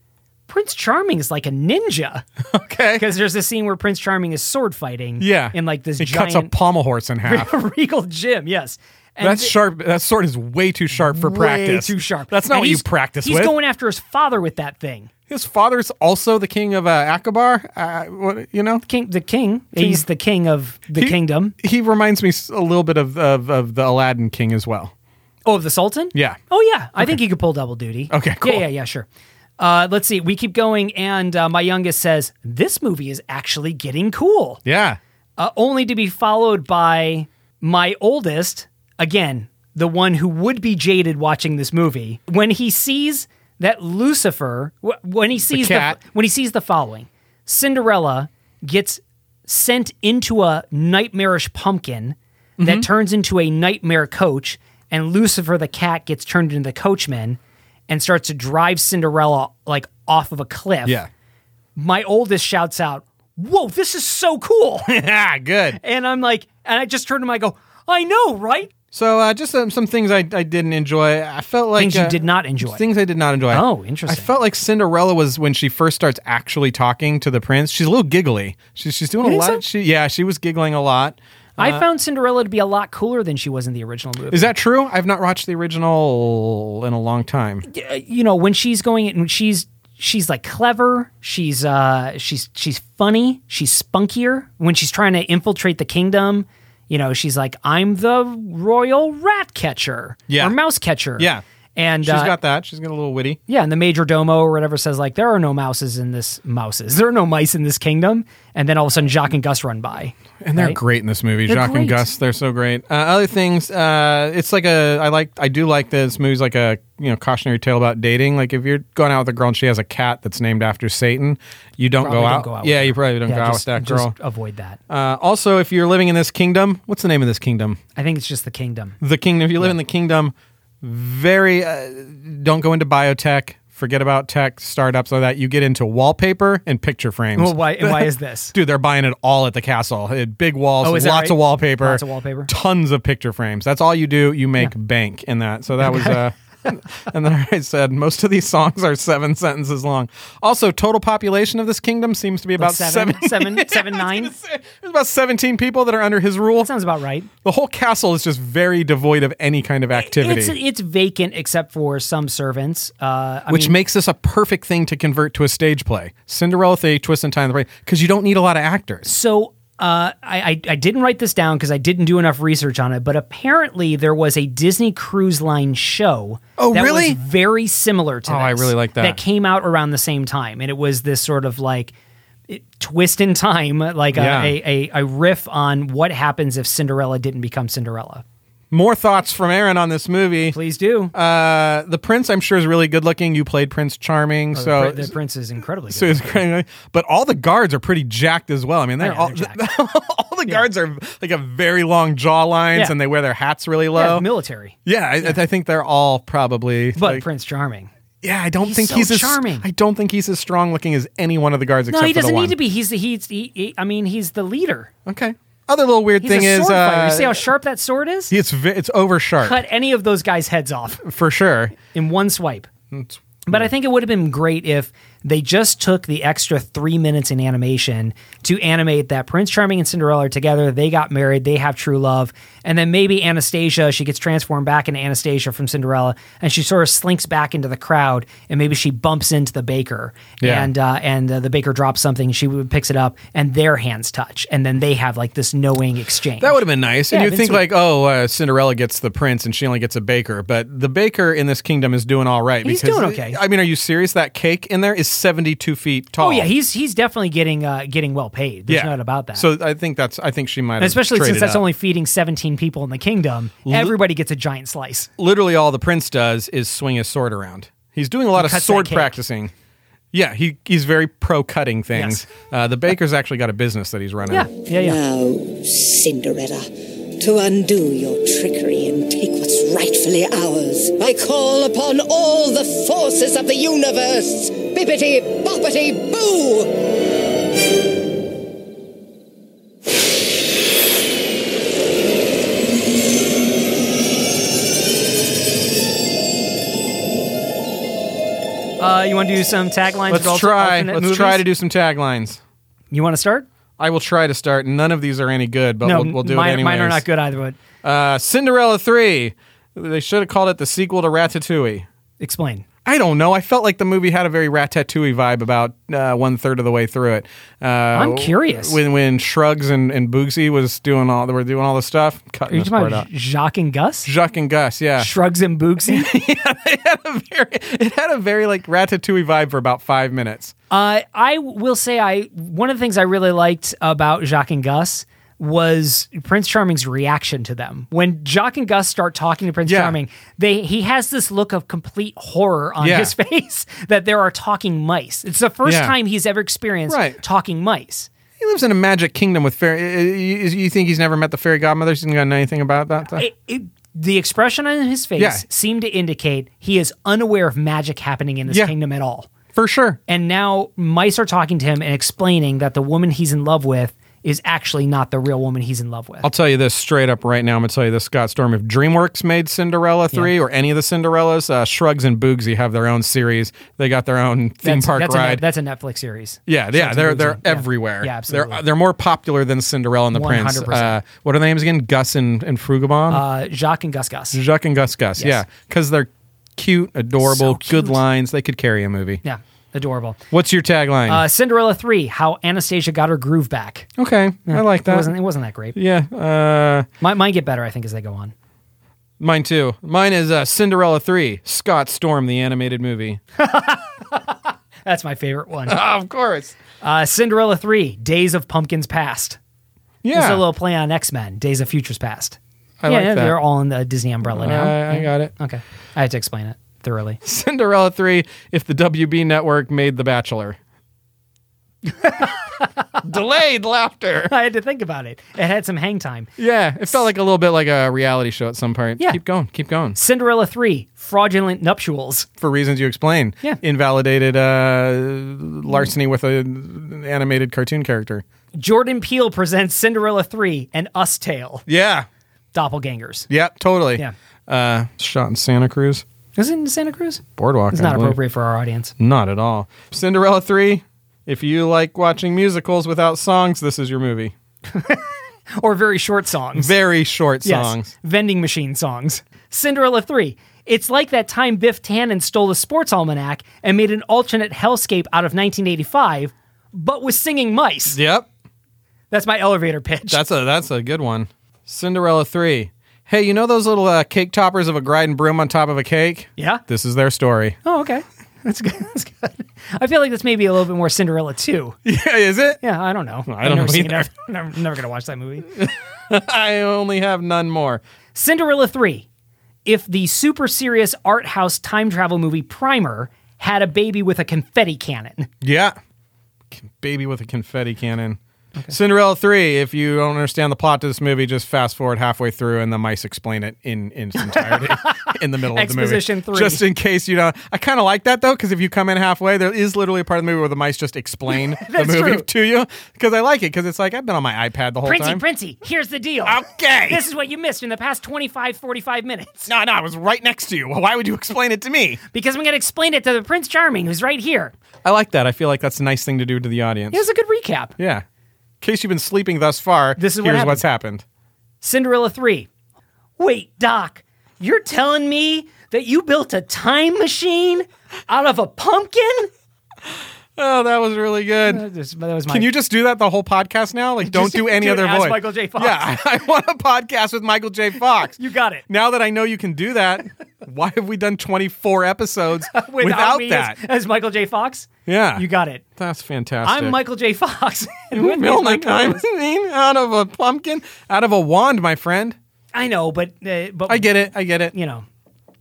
Prince Charming is like a ninja.
Okay.
Because there's a scene where Prince Charming is sword fighting.
Yeah,
In like this
he
giant
cuts a pommel horse in half.
regal gym, yes. And
That's
th-
sharp. That sword is way too sharp for practice.
Way too sharp.
That's not
And
what you
he's-
practice
He's
with.
going after his father with that thing.
His father's also the king of uh, Akbar. Uh, what, you know,
King, the king. He's the king of the
He-
kingdom.
He reminds me s- a little bit of, of of the Aladdin king as well.
Oh, of the sultan.
Yeah.
Oh yeah, I think he could pull double duty.
Okay, cool.
Yeah, yeah, yeah, sure. Uh, let's see. We keep going, and uh, my youngest says this movie is actually getting cool.
Yeah.
uh, only to be followed by my oldest, again, the one who would be jaded watching this movie, when he sees that Lucifer, wh- when he sees
cat.
when he sees the following, Cinderella gets sent into a nightmarish pumpkin
Mm-hmm.
that turns into a nightmare coach, and Lucifer the cat gets turned into the coachman and starts to drive Cinderella like off of a cliff.
Yeah.
My oldest shouts out, "Whoa, this is so cool!"
Yeah. Good.
And I'm like, and I just turned to him. I go, I know, right?
So uh, just some, some things I, I didn't enjoy. I felt like
Things you
uh,
did not enjoy.
Things I did not enjoy.
Oh,
I
interesting.
felt like Cinderella was when she first starts actually talking to the prince. She's a little giggly. She's she's doing a
think
lot.
so?
She yeah, she was giggling a lot.
I found Cinderella to be a lot cooler than she was in the original movie.
Is that true? I've not watched the original in a long time.
Uh, you know, when she's going and she's she's like clever, she's uh she's she's funny, she's spunkier when she's trying to infiltrate the kingdom. you know, she's like, I'm the royal rat catcher
Yeah.
or mouse catcher.
Yeah.
And
She's
uh,
got that. She's got a little witty.
yeah, and the major domo or whatever says like there are no mouses in this mouses. There are no mice in this kingdom. And then all of a sudden Jacques and Gus run by.
And they're
right?
great in this movie.
They're
Jacques
great.
and Gus, they're so great. Uh, other things, uh, it's like a I like I do like this movie's like a you know cautionary tale about dating. Like if you're going out with a girl and she has a cat that's named after Satan, you don't,
Probably
go,
don't
out.
go out
Yeah,
with
you probably don't go
Yeah, just,
out with that girl.
just avoid that.
uh, also, if you're living in this kingdom, what's the name of this kingdom?
I think it's just the kingdom.
The kingdom. If you live in the kingdom, very uh, don't go into biotech. Forget about tech startups like that. You get into wallpaper and picture frames.
Well, why and why is this?
Dude, they're buying it all at the castle. It- big walls,
Oh, is
lots
that right?
of wallpaper,
Lots of wallpaper.
tons of picture frames. That's all you do. You make bank in that. So that was. Uh, and then I said most of these songs are seven sentences long. Also, total population of this kingdom seems to be about
Like seven,
seven-
seven, seven, nine.
There's about seventeen people that are under his rule.
Sounds about right.
The whole castle is just very devoid of any kind of activity.
It's it's vacant except for some servants. Uh, I
which
mean,
makes this a perfect thing to convert to a stage play. Cinderella with a twist and time, because you don't need a lot of actors.
so uh, I, I I didn't write this down because I didn't do enough research on it, but apparently there was a Disney Cruise Line show.
Oh,
that
really?
Was very similar to.
Oh, I
this,
really like that.
That came out around the same time, and it was this sort of like it- twist in time, like a-
Yeah.
a, a, a riff on what happens if Cinderella didn't become Cinderella.
More thoughts from Aaron on this movie.
Please do.
Uh, the prince, I'm sure, is really good looking. You played Prince Charming,
Oh, The
so
prin- the prince is incredibly. Good.
so it's great. But all the guards are pretty jacked as well. I mean, they're
Oh, Yeah,
all
they're jacked.
all the guards are like a very long jaw lines,
Yeah.
and they wear their hats really
Yeah,
low. Yeah,
military,
I, I think they're all probably.
but
like-
Prince Charming.
yeah, I don't
he's
think
so
he's as
charming.
I don't think he's as strong looking as any one of the guards.
No,
except
he
for the
doesn't
one.
need to be. He's the he's he, he- I mean, he's the leader.
Okay. Other little weird
He's
thing
a
is,
sword fighter.
uh,
You see how sharp that sword is?
it's ve- it's over sharp
Cut any of those guys' heads off
for sure.
in one swipe. But I think it would have been great if they just took the extra three minutes in animation to animate that Prince Charming and Cinderella are together. They got married. They have true love. And then maybe Anastasia, she gets transformed back into Anastasia from Cinderella and she sort of slinks back into the crowd and maybe she bumps into the baker.
Yeah.
And, uh, and uh, the baker drops something. She picks it up and their hands touch. And then they have like this knowing exchange.
That would have been nice.
Yeah,
and you
been
think
sweet.
like, oh, uh, Cinderella gets the prince and she only gets a baker, but the baker in this kingdom is doing all right.
He's
because,
doing okay.
I mean, are you serious? That cake in there is seventy-two feet tall.
Oh yeah, he's he's definitely getting uh, getting well paid. There's
Yeah.
no doubt about that.
So I think that's. I think she might.
And
have
especially since
traded
that's
up.
only feeding 17 people in the kingdom, everybody gets a giant slice.
literally all the prince does is swing his sword around. He's doing a lot of
cuts
sword
that cake.
practicing. Yeah, he he's very pro cutting things. Uh, the baker's actually got a business that he's running.
Yeah, yeah, yeah.
Now, Cinderella, to undo your trickery and take what's rightfully ours, I call upon all the forces of the universe. Bippity boppity boo!
Uh, you want to do some taglines?
Let's
for alter-
try.
alternate
Let's
movies?
try to do some taglines.
You want to start?
I will try to start. None of these are any good, but
no,
Oh, we'll, we'll do
mine,
it anyways.
mine are not good either. But
Uh, Cinderella three. They should have called it the sequel to Ratatouille.
explain.
I don't know. I felt like the movie had a very Ratatouille vibe about uh, one third of the way through it. Uh, I'm
curious.
when when Shrugs and, and Boogsy was doing all they were doing all the stuff. Cutting
Are you
this
talking
part
about
out.
Jacques and Gus?
Jacques and Gus, yeah.
Shrugs and Boogsy.
it had a very like Ratatouille vibe for about five minutes.
Uh, I will say, I one of the things I really liked about Jacques and Gus was Prince Charming's reaction to them. When Jacques and Gus start talking to Prince
Yeah.
Charming, they he has this look of complete horror on
Yeah.
his face that there are talking mice. It's the first
Yeah.
time he's ever experienced
Right.
talking mice.
He lives in a magic kingdom with fairy. uh, You, you think he's never met the fairy godmother? He's not gonna know anything about that.
It- it- the expression on his face
Yeah.
seemed to indicate he is unaware of magic happening in this
Yeah.
kingdom at all.
for sure.
And now mice are talking to him and explaining that the woman he's in love with is actually not the real woman he's in love with.
I'll tell you this straight up right now. I'm going to tell you this, Scott Storm. If DreamWorks made Cinderella 3 or any of the Cinderellas, uh, Shrugs and Boogsy have their own series. They got their own theme
that's,
park
that's
ride.
A, that's a Netflix series.
yeah, yeah,
Shrugs and
they're
Boogsy.
they're
Yeah.
everywhere.
Yeah, absolutely.
They're they're more popular than Cinderella and the Prince.
100%.
Uh, what are their names again? Gus and and Frugabon,
uh, Jacques and Gus Gus.
Jacques and Gus Gus. Yeah, because they're cute, adorable,
So cute.
good lines. They could carry a movie.
Yeah. Adorable.
What's your tagline?
Uh, Cinderella 3, How Anastasia Got Her Groove Back.
okay, I like that.
It wasn't, it wasn't that great.
yeah, uh,
Mine, mine get better, I think, as they go on.
mine too. Mine is uh, Cinderella three, Scott Storm, the animated movie.
That's my favorite one.
of course.
Uh, Cinderella 3, Days of Pumpkins Past. It's
Yeah,
a little play on X Men, Days of Futures Past.
I
yeah,
like
yeah,
that. Uh,
they're all in the Disney umbrella now.
I- I got it.
Okay. I had to explain it thoroughly.
Cinderella three. If the WB network made The Bachelor. Delayed laughter.
I had to think about it. It had some hang time.
Yeah, it felt like a little bit like a reality show at some point.
Yeah.
Keep going, keep going.
Cinderella 3, Fraudulent Nuptials.
For reasons you explained.
Yeah.
Invalidated uh, larceny with an animated cartoon character.
Jordan Peele presents Cinderella 3, An Us Tale.
Yeah.
Doppelgangers.
Yeah, totally.
Yeah.
Uh, shot in Santa Cruz.
Is it in Santa Cruz?
Boardwalk.
It's
I
not
believe.
appropriate for our audience.
Not at all. Cinderella 3, if you like watching musicals without songs, this is your movie.
Or very short songs.
Very short
Yes.
songs.
Vending machine songs. Cinderella 3. It's like that time Biff Tannen stole the sports almanac and made an alternate hellscape out of 1985, but with singing mice.
Yep.
That's my elevator pitch.
That's a that's a good one. Cinderella 3. Hey, you know those little uh, cake toppers of a grinding broom on top of a cake?
yeah.
This is their story.
Oh, okay. That's good. That's good. I feel like this may be a little bit more Cinderella 2.
Yeah, is it?
Yeah, I don't know.
I don't
I've never
know
seen it.
either.
I'm never, never going to watch that movie.
I only have none more.
Cinderella 3. If the super serious art house time travel movie Primer had a baby with a confetti cannon.
Yeah. Baby with a confetti cannon. Cinderella 3, if you don't understand the plot to this movie, just fast forward halfway through and the mice explain it in, in its entirety in the middle of the movie.
Exposition three.
Just in case you don't. I kind of like that though, because if you come in halfway, there is literally a part of the movie where the mice just explain the
That's
movie
true.
to you. Because I like it, because it's like, I've been on my iPad the whole
Princey,
time.
Princey, here's the deal.
Okay.
This is what you missed in the past 25, 45 minutes.
no, no, I was right next to you. Why would you explain it to me?
Because I'm going to explain it to the Prince Charming, who's right here.
I like that. I feel like that's a nice thing to do to the audience.
Here's a good recap
Yeah. In case you've been sleeping thus far,
This is what
here's what's happened.
Cinderella 3. Wait, Doc, you're telling me that you built a time machine out of a pumpkin?
Oh, that was really good.
That was- that was my-
Can you just do that the whole podcast now? Like, don't do any
do it
other
as
voice.
Michael J. Fox.
Yeah, I, want a podcast with Michael J. Fox.
You got it.
Now that I know you can do that, why have we done 24 episodes without,
me
that?
As, as Michael J. Fox?
yeah.
You got it.
That's fantastic.
I'm Michael J. Fox. and with me is
Mill my
my
time
co-host.
out of a pumpkin, out of a wand, my friend.
I know, but uh, but
I get it. I get it.
you know,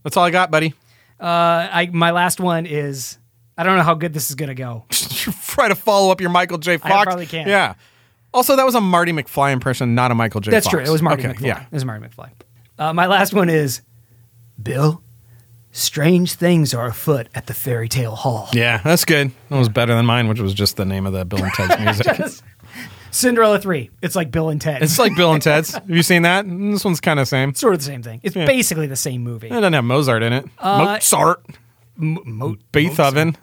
That's all I got, buddy.
I, I my last one is I don't know how good this is gonna go.
Try to follow up your Michael J. Fox.
probably can't.
Yeah. Also, that was a Marty McFly impression, not a Michael J.
That's
Fox.
true. It was Marty
okay,
McFly.
Yeah.
It was Marty McFly. Uh, my last one is Bill. Strange things are afoot at the Fairy Tale Hall.
Yeah, that's good. That was better than mine, which was just the name of the Bill and Ted's music.
Cinderella three. It's like Bill and Ted. It's
it's like Bill and Ted's. Have you seen that? This one's kind of same. It
sort of the same thing. It's basically the same movie.
doesn't have Mozart in it.
Uh,
Mozart,
Mo-
Beethoven.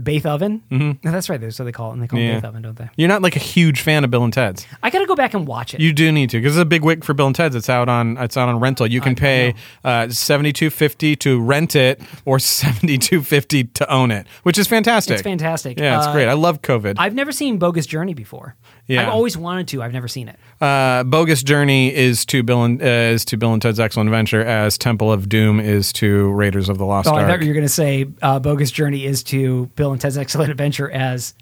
Beethoven. Mm-hmm. No, that's right. That's what they call it. And they call
Yeah.
it Beethoven, don't they?
You're not like a huge fan of Bill and Ted's.
I gotta go back and watch it.
You do need to because it's a big wick for Bill and Ted's. It's out on it's out on rental. You can pay uh, seventy two fifty to rent it or seventy two fifty to own it, which is fantastic.
it's fantastic.
Yeah, it's
Uh,
great. I love COVID.
I've never seen Bogus Journey before.
Yeah.
I've always wanted to. I've never seen it.
uh, Bogus Journey is to Bill and uh, is to Bill and Ted's Excellent Adventure as Temple of Doom is to Raiders of the Lost
Oh, I
Ark.
thought you were going to say uh, Bogus Journey is to Bill and Ted's Excellent Adventure as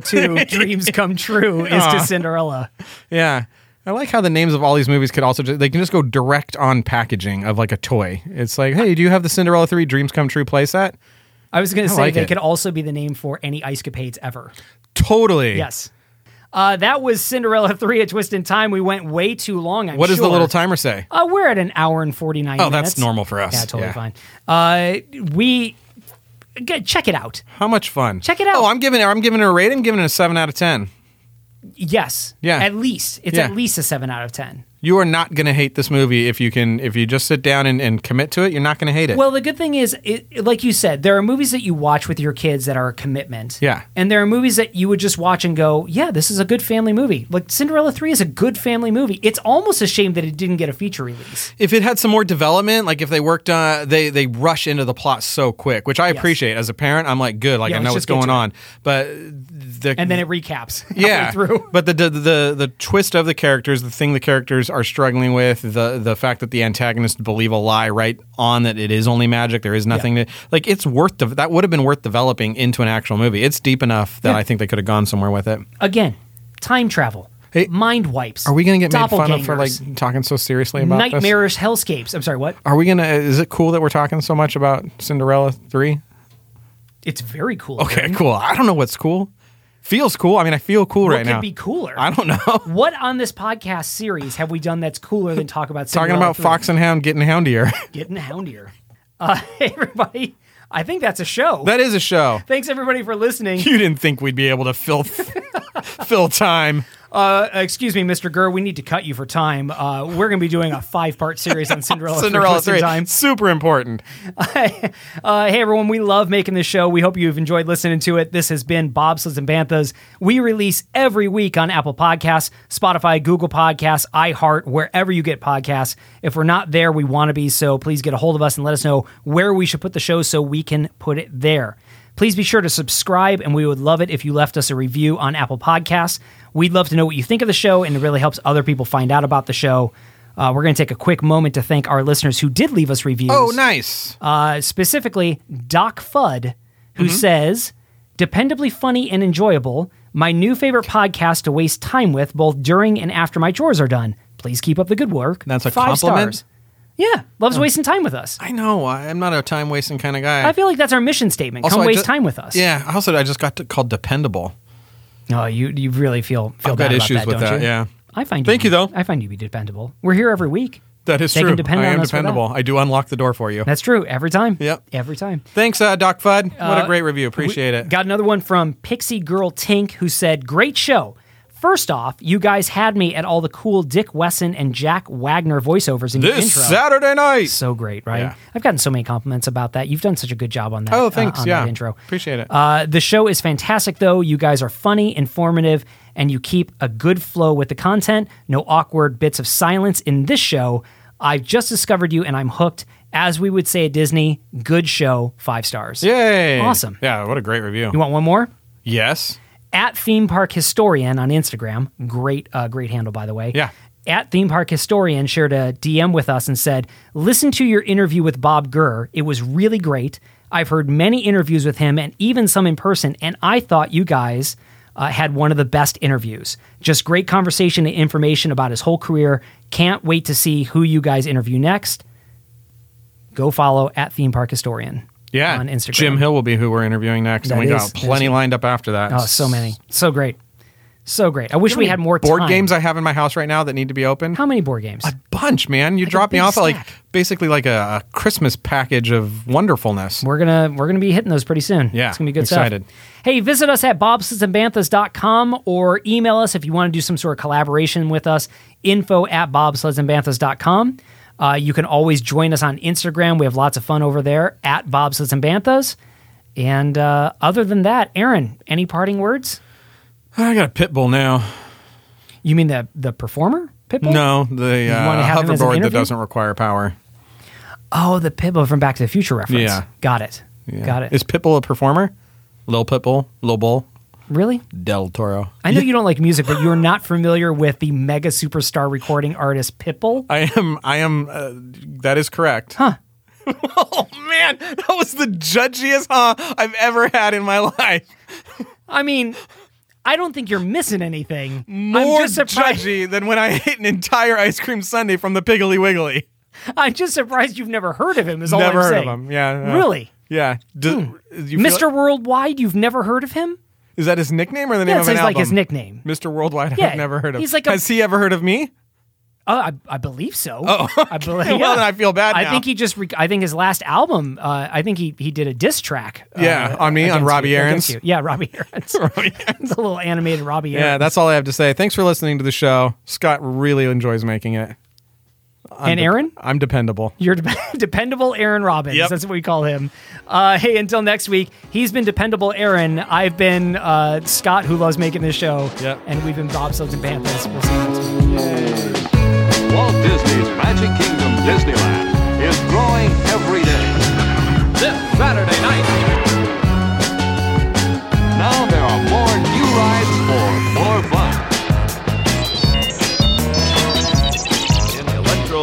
2 Dreams Come True is to Cinderella.
Yeah. I like how the names of all these movies could also just, they can just go direct on packaging of like a toy. It's like, hey, do you have the Cinderella 3 Dreams Come True playset?
I was going to say
like
they
it.
could also be the name for any ice capades ever.
Totally.
Yes. Uh, that was Cinderella 3 A Twist in Time. We went way too long. I'm
What does the
sure.
little timer say?
Uh, we're at an hour and 49
Oh, that's
minutes.
normal for us.
Yeah, totally
Yeah.
fine. Uh, we. Good, check it out.
How much fun.
Check it out.
Oh, I'm giving it I'm giving it a rating, I'm giving it a 7 out of 10.
Yes.
Yeah.
At least. It's
Yeah.
at least a 7 out of 10.
You are not going to hate this movie if you can if you just sit down and, and commit to it. You're not going to hate it.
Well, the good thing is, it, like you said, there are movies that you watch with your kids that are a commitment.
Yeah.
And there are movies that you would just watch and go, yeah, this is a good family movie. Like Cinderella 3 is a good family movie. It's almost a shame that it didn't get a feature release.
if it had some more development, like if they worked on, they they rush into the plot so quick, which I appreciate as a parent. I'm like, good, like
Yeah,
I
let's
know what's
just get
going
to it.
on. But the
And then it recaps. halfway
yeah,
Through.
but the, the the the twist of the characters, the thing the characters are struggling with, the the fact that the antagonists believe a lie right on that it is only magic, there is nothing to like. It's worth de- that would have been worth developing into an actual movie. It's deep enough that
Yeah.
I think they could have gone somewhere with it.
Again, time travel,
Hey,
mind wipes.
Are we going to get made fun of for like
doppelgangers,
talking so seriously about this?
nightmarish hellscapes? I'm sorry, what?
Are we gonna? Is it cool that we're talking so much about Cinderella three?
It's very cool.
Okay,
Aaron.
cool. I don't know what's cool. Feels cool. I mean, I feel cool
What
right
could
now.
be cooler?
I don't know.
What on this podcast series have we done that's cooler than talk about
Talking
Cinderella
about
three?
fox and hound getting houndier.
getting houndier? Uh, hey, everybody. I think that's a show.
that is a show.
Thanks everybody for listening.
You didn't think we'd be able to fill fill time.
Uh, excuse me, Mr. Gurr, we need to cut you for time. Uh, we're going to be doing a five-part series on Cinderella.
Cinderella
three.
three.
Time.
Super important.
Uh, hey everyone, we love making this show. We hope you've enjoyed listening to it. This has been Bobsleds and Banthas. We release every week on Apple Podcasts, Spotify, Google Podcasts, iHeart, wherever you get podcasts. If we're not there, we want to be. So please get a hold of us and let us know where we should put the show so we can put it there. Please be sure to subscribe, and we would love it if you left us a review on Apple Podcasts. We'd love to know what you think of the show, and it really helps other people find out about the show. Uh, we're going to take a quick moment to thank our listeners who did leave us reviews
Oh, nice.
uh, specifically Doc Fudd, who
Mm-hmm.
says, dependably funny and enjoyable, my new favorite podcast to waste time with both during and after my chores are done. Please keep up the good work.
That's a
Five
compliment?
Stars. Yeah, loves wasting time with us.
I know. I- I'm not a time wasting kind of guy.
I feel like that's our mission statement.
Also,
Come
I
waste
ju-
time with us.
Yeah. Also, I just got to, called dependable.
No, you you really feel feel
I've
bad
got
about
issues
that,
with that.
don't you?
Yeah.
I find
Thank you, though.
I find you to be dependable. We're here every week.
That is
They
true.
can depend
I
on
am
us for that.
dependable. I do unlock the door for you.
That's true. Every time.
Yep.
Every time.
Thanks, uh, Doc Fudd. what
Uh,
a great review. Appreciate it.
Got another one from Pixie Girl Tink who said, Great show. First off, you guys had me at all the cool Dick Wesson and Jack Wagner voiceovers in your
this
intro.
Saturday night.
so great, right?
Yeah.
I've gotten so many compliments about that. You've done such a good job on that.
Oh,
uh,
thanks.
on
yeah.
that intro.
Appreciate it.
Uh, the show is fantastic, though. You guys are funny, informative, and you keep a good flow with the content. No awkward bits of silence in this show. I've just discovered you, and I'm hooked. As we would say at Disney, good show, five stars.
Yay.
Awesome.
Yeah. What a great review.
You want one more?
yes.
at theme park historian on Instagram. Great, uh, great handle, by the way.
Yeah.
At theme park historian shared a DM with us and said, "Listen to your interview with Bob Gurr. It was really great. I've heard many interviews with him and even some in person, and I thought you guys." Uh, had one of the best interviews. Just great conversation and information about his whole career. Can't wait to see who you guys interview next. Go follow at Theme Park Historian.
Yeah.
on Instagram.
Jim Hill will be who we're interviewing next. and
That
we got
is-
plenty lined up after that.
Oh, so many, so great, so great. I wish we had more
board
time.
games I have in my house right now that need to be opened.
How many board games?
a bunch, man. You
Like a
drop me
big
off at like
stack.
basically like a, a Christmas package of wonderfulness.
We're gonna we're gonna be hitting those pretty soon.
Yeah,
it's gonna be good
excited.
stuff. Hey, visit us at bobsledsandbanthas.com or email us if you want to do some sort of collaboration with us. Info at bobsledsandbanthas.com. Uh, you can always join us on Instagram. We have lots of fun over there at bobsleds and banthas. And uh, other than that, Aaron, any parting words?
I got a pit bull now.
You mean the the performer Pitbull?
No, the
wanna
uh,
have him as an
hoverboard
interview?
that doesn't require power.
Oh, the Pitbull from Back to the Future reference.
Yeah.
got it.
Yeah.
Got it.
Is Pitbull a performer? Lil Pitbull, Lil Bull,
really?
Del Toro.
I know you don't like music, but you're not familiar with the mega superstar recording artist Pitbull.
I am. I am. Uh, that is correct. Huh. oh man, that was the judgiest huh I've ever had in my life.
I mean, I don't think you're missing anything.
More
I'm just surprised.
judgy than when I ate an entire ice cream sundae from the Piggly Wiggly.
I'm just surprised you've never heard of him. Is all
Never
I'm
heard
saying.
of him. Yeah. no.
Really,
Yeah. Do-
Hmm.
you feel-
Mr. Worldwide, you've never heard of him?
Is that his nickname or the name
That's
of an
his, like
album?
his nickname.
Mr. Worldwide.
Yeah,
I've never heard of.
he's like a-
Has he ever heard of me?
I, Uh, I believe so.
Oh,
I believe.
okay. Well, then I feel bad
I
now.
think he just. Re- I think his last album. Uh, I think he he did a diss track. uh,
Yeah, on me, on
against
Robbie
you-
Aarons.
against you. Yeah, Robbie Aaron's. it's a little animated Robbie Aaron.
Yeah, that's all I have to say. Thanks for listening to the show. Scott really enjoys making it. I'm
And
de-
Aaron?
I'm dependable.
You're dep- dependable Aaron Robbins.
Yep.
That's what we call him. Uh, hey, until next week, he's been dependable Aaron. I've been uh, Scott, who loves making this show.
Yep.
And we've been Bobsleds and Banthas. We'll see you next week.
Walt Disney's Magic Kingdom Disneyland is growing every day. This Saturday night. Now there are more new rides for more fun.
in electro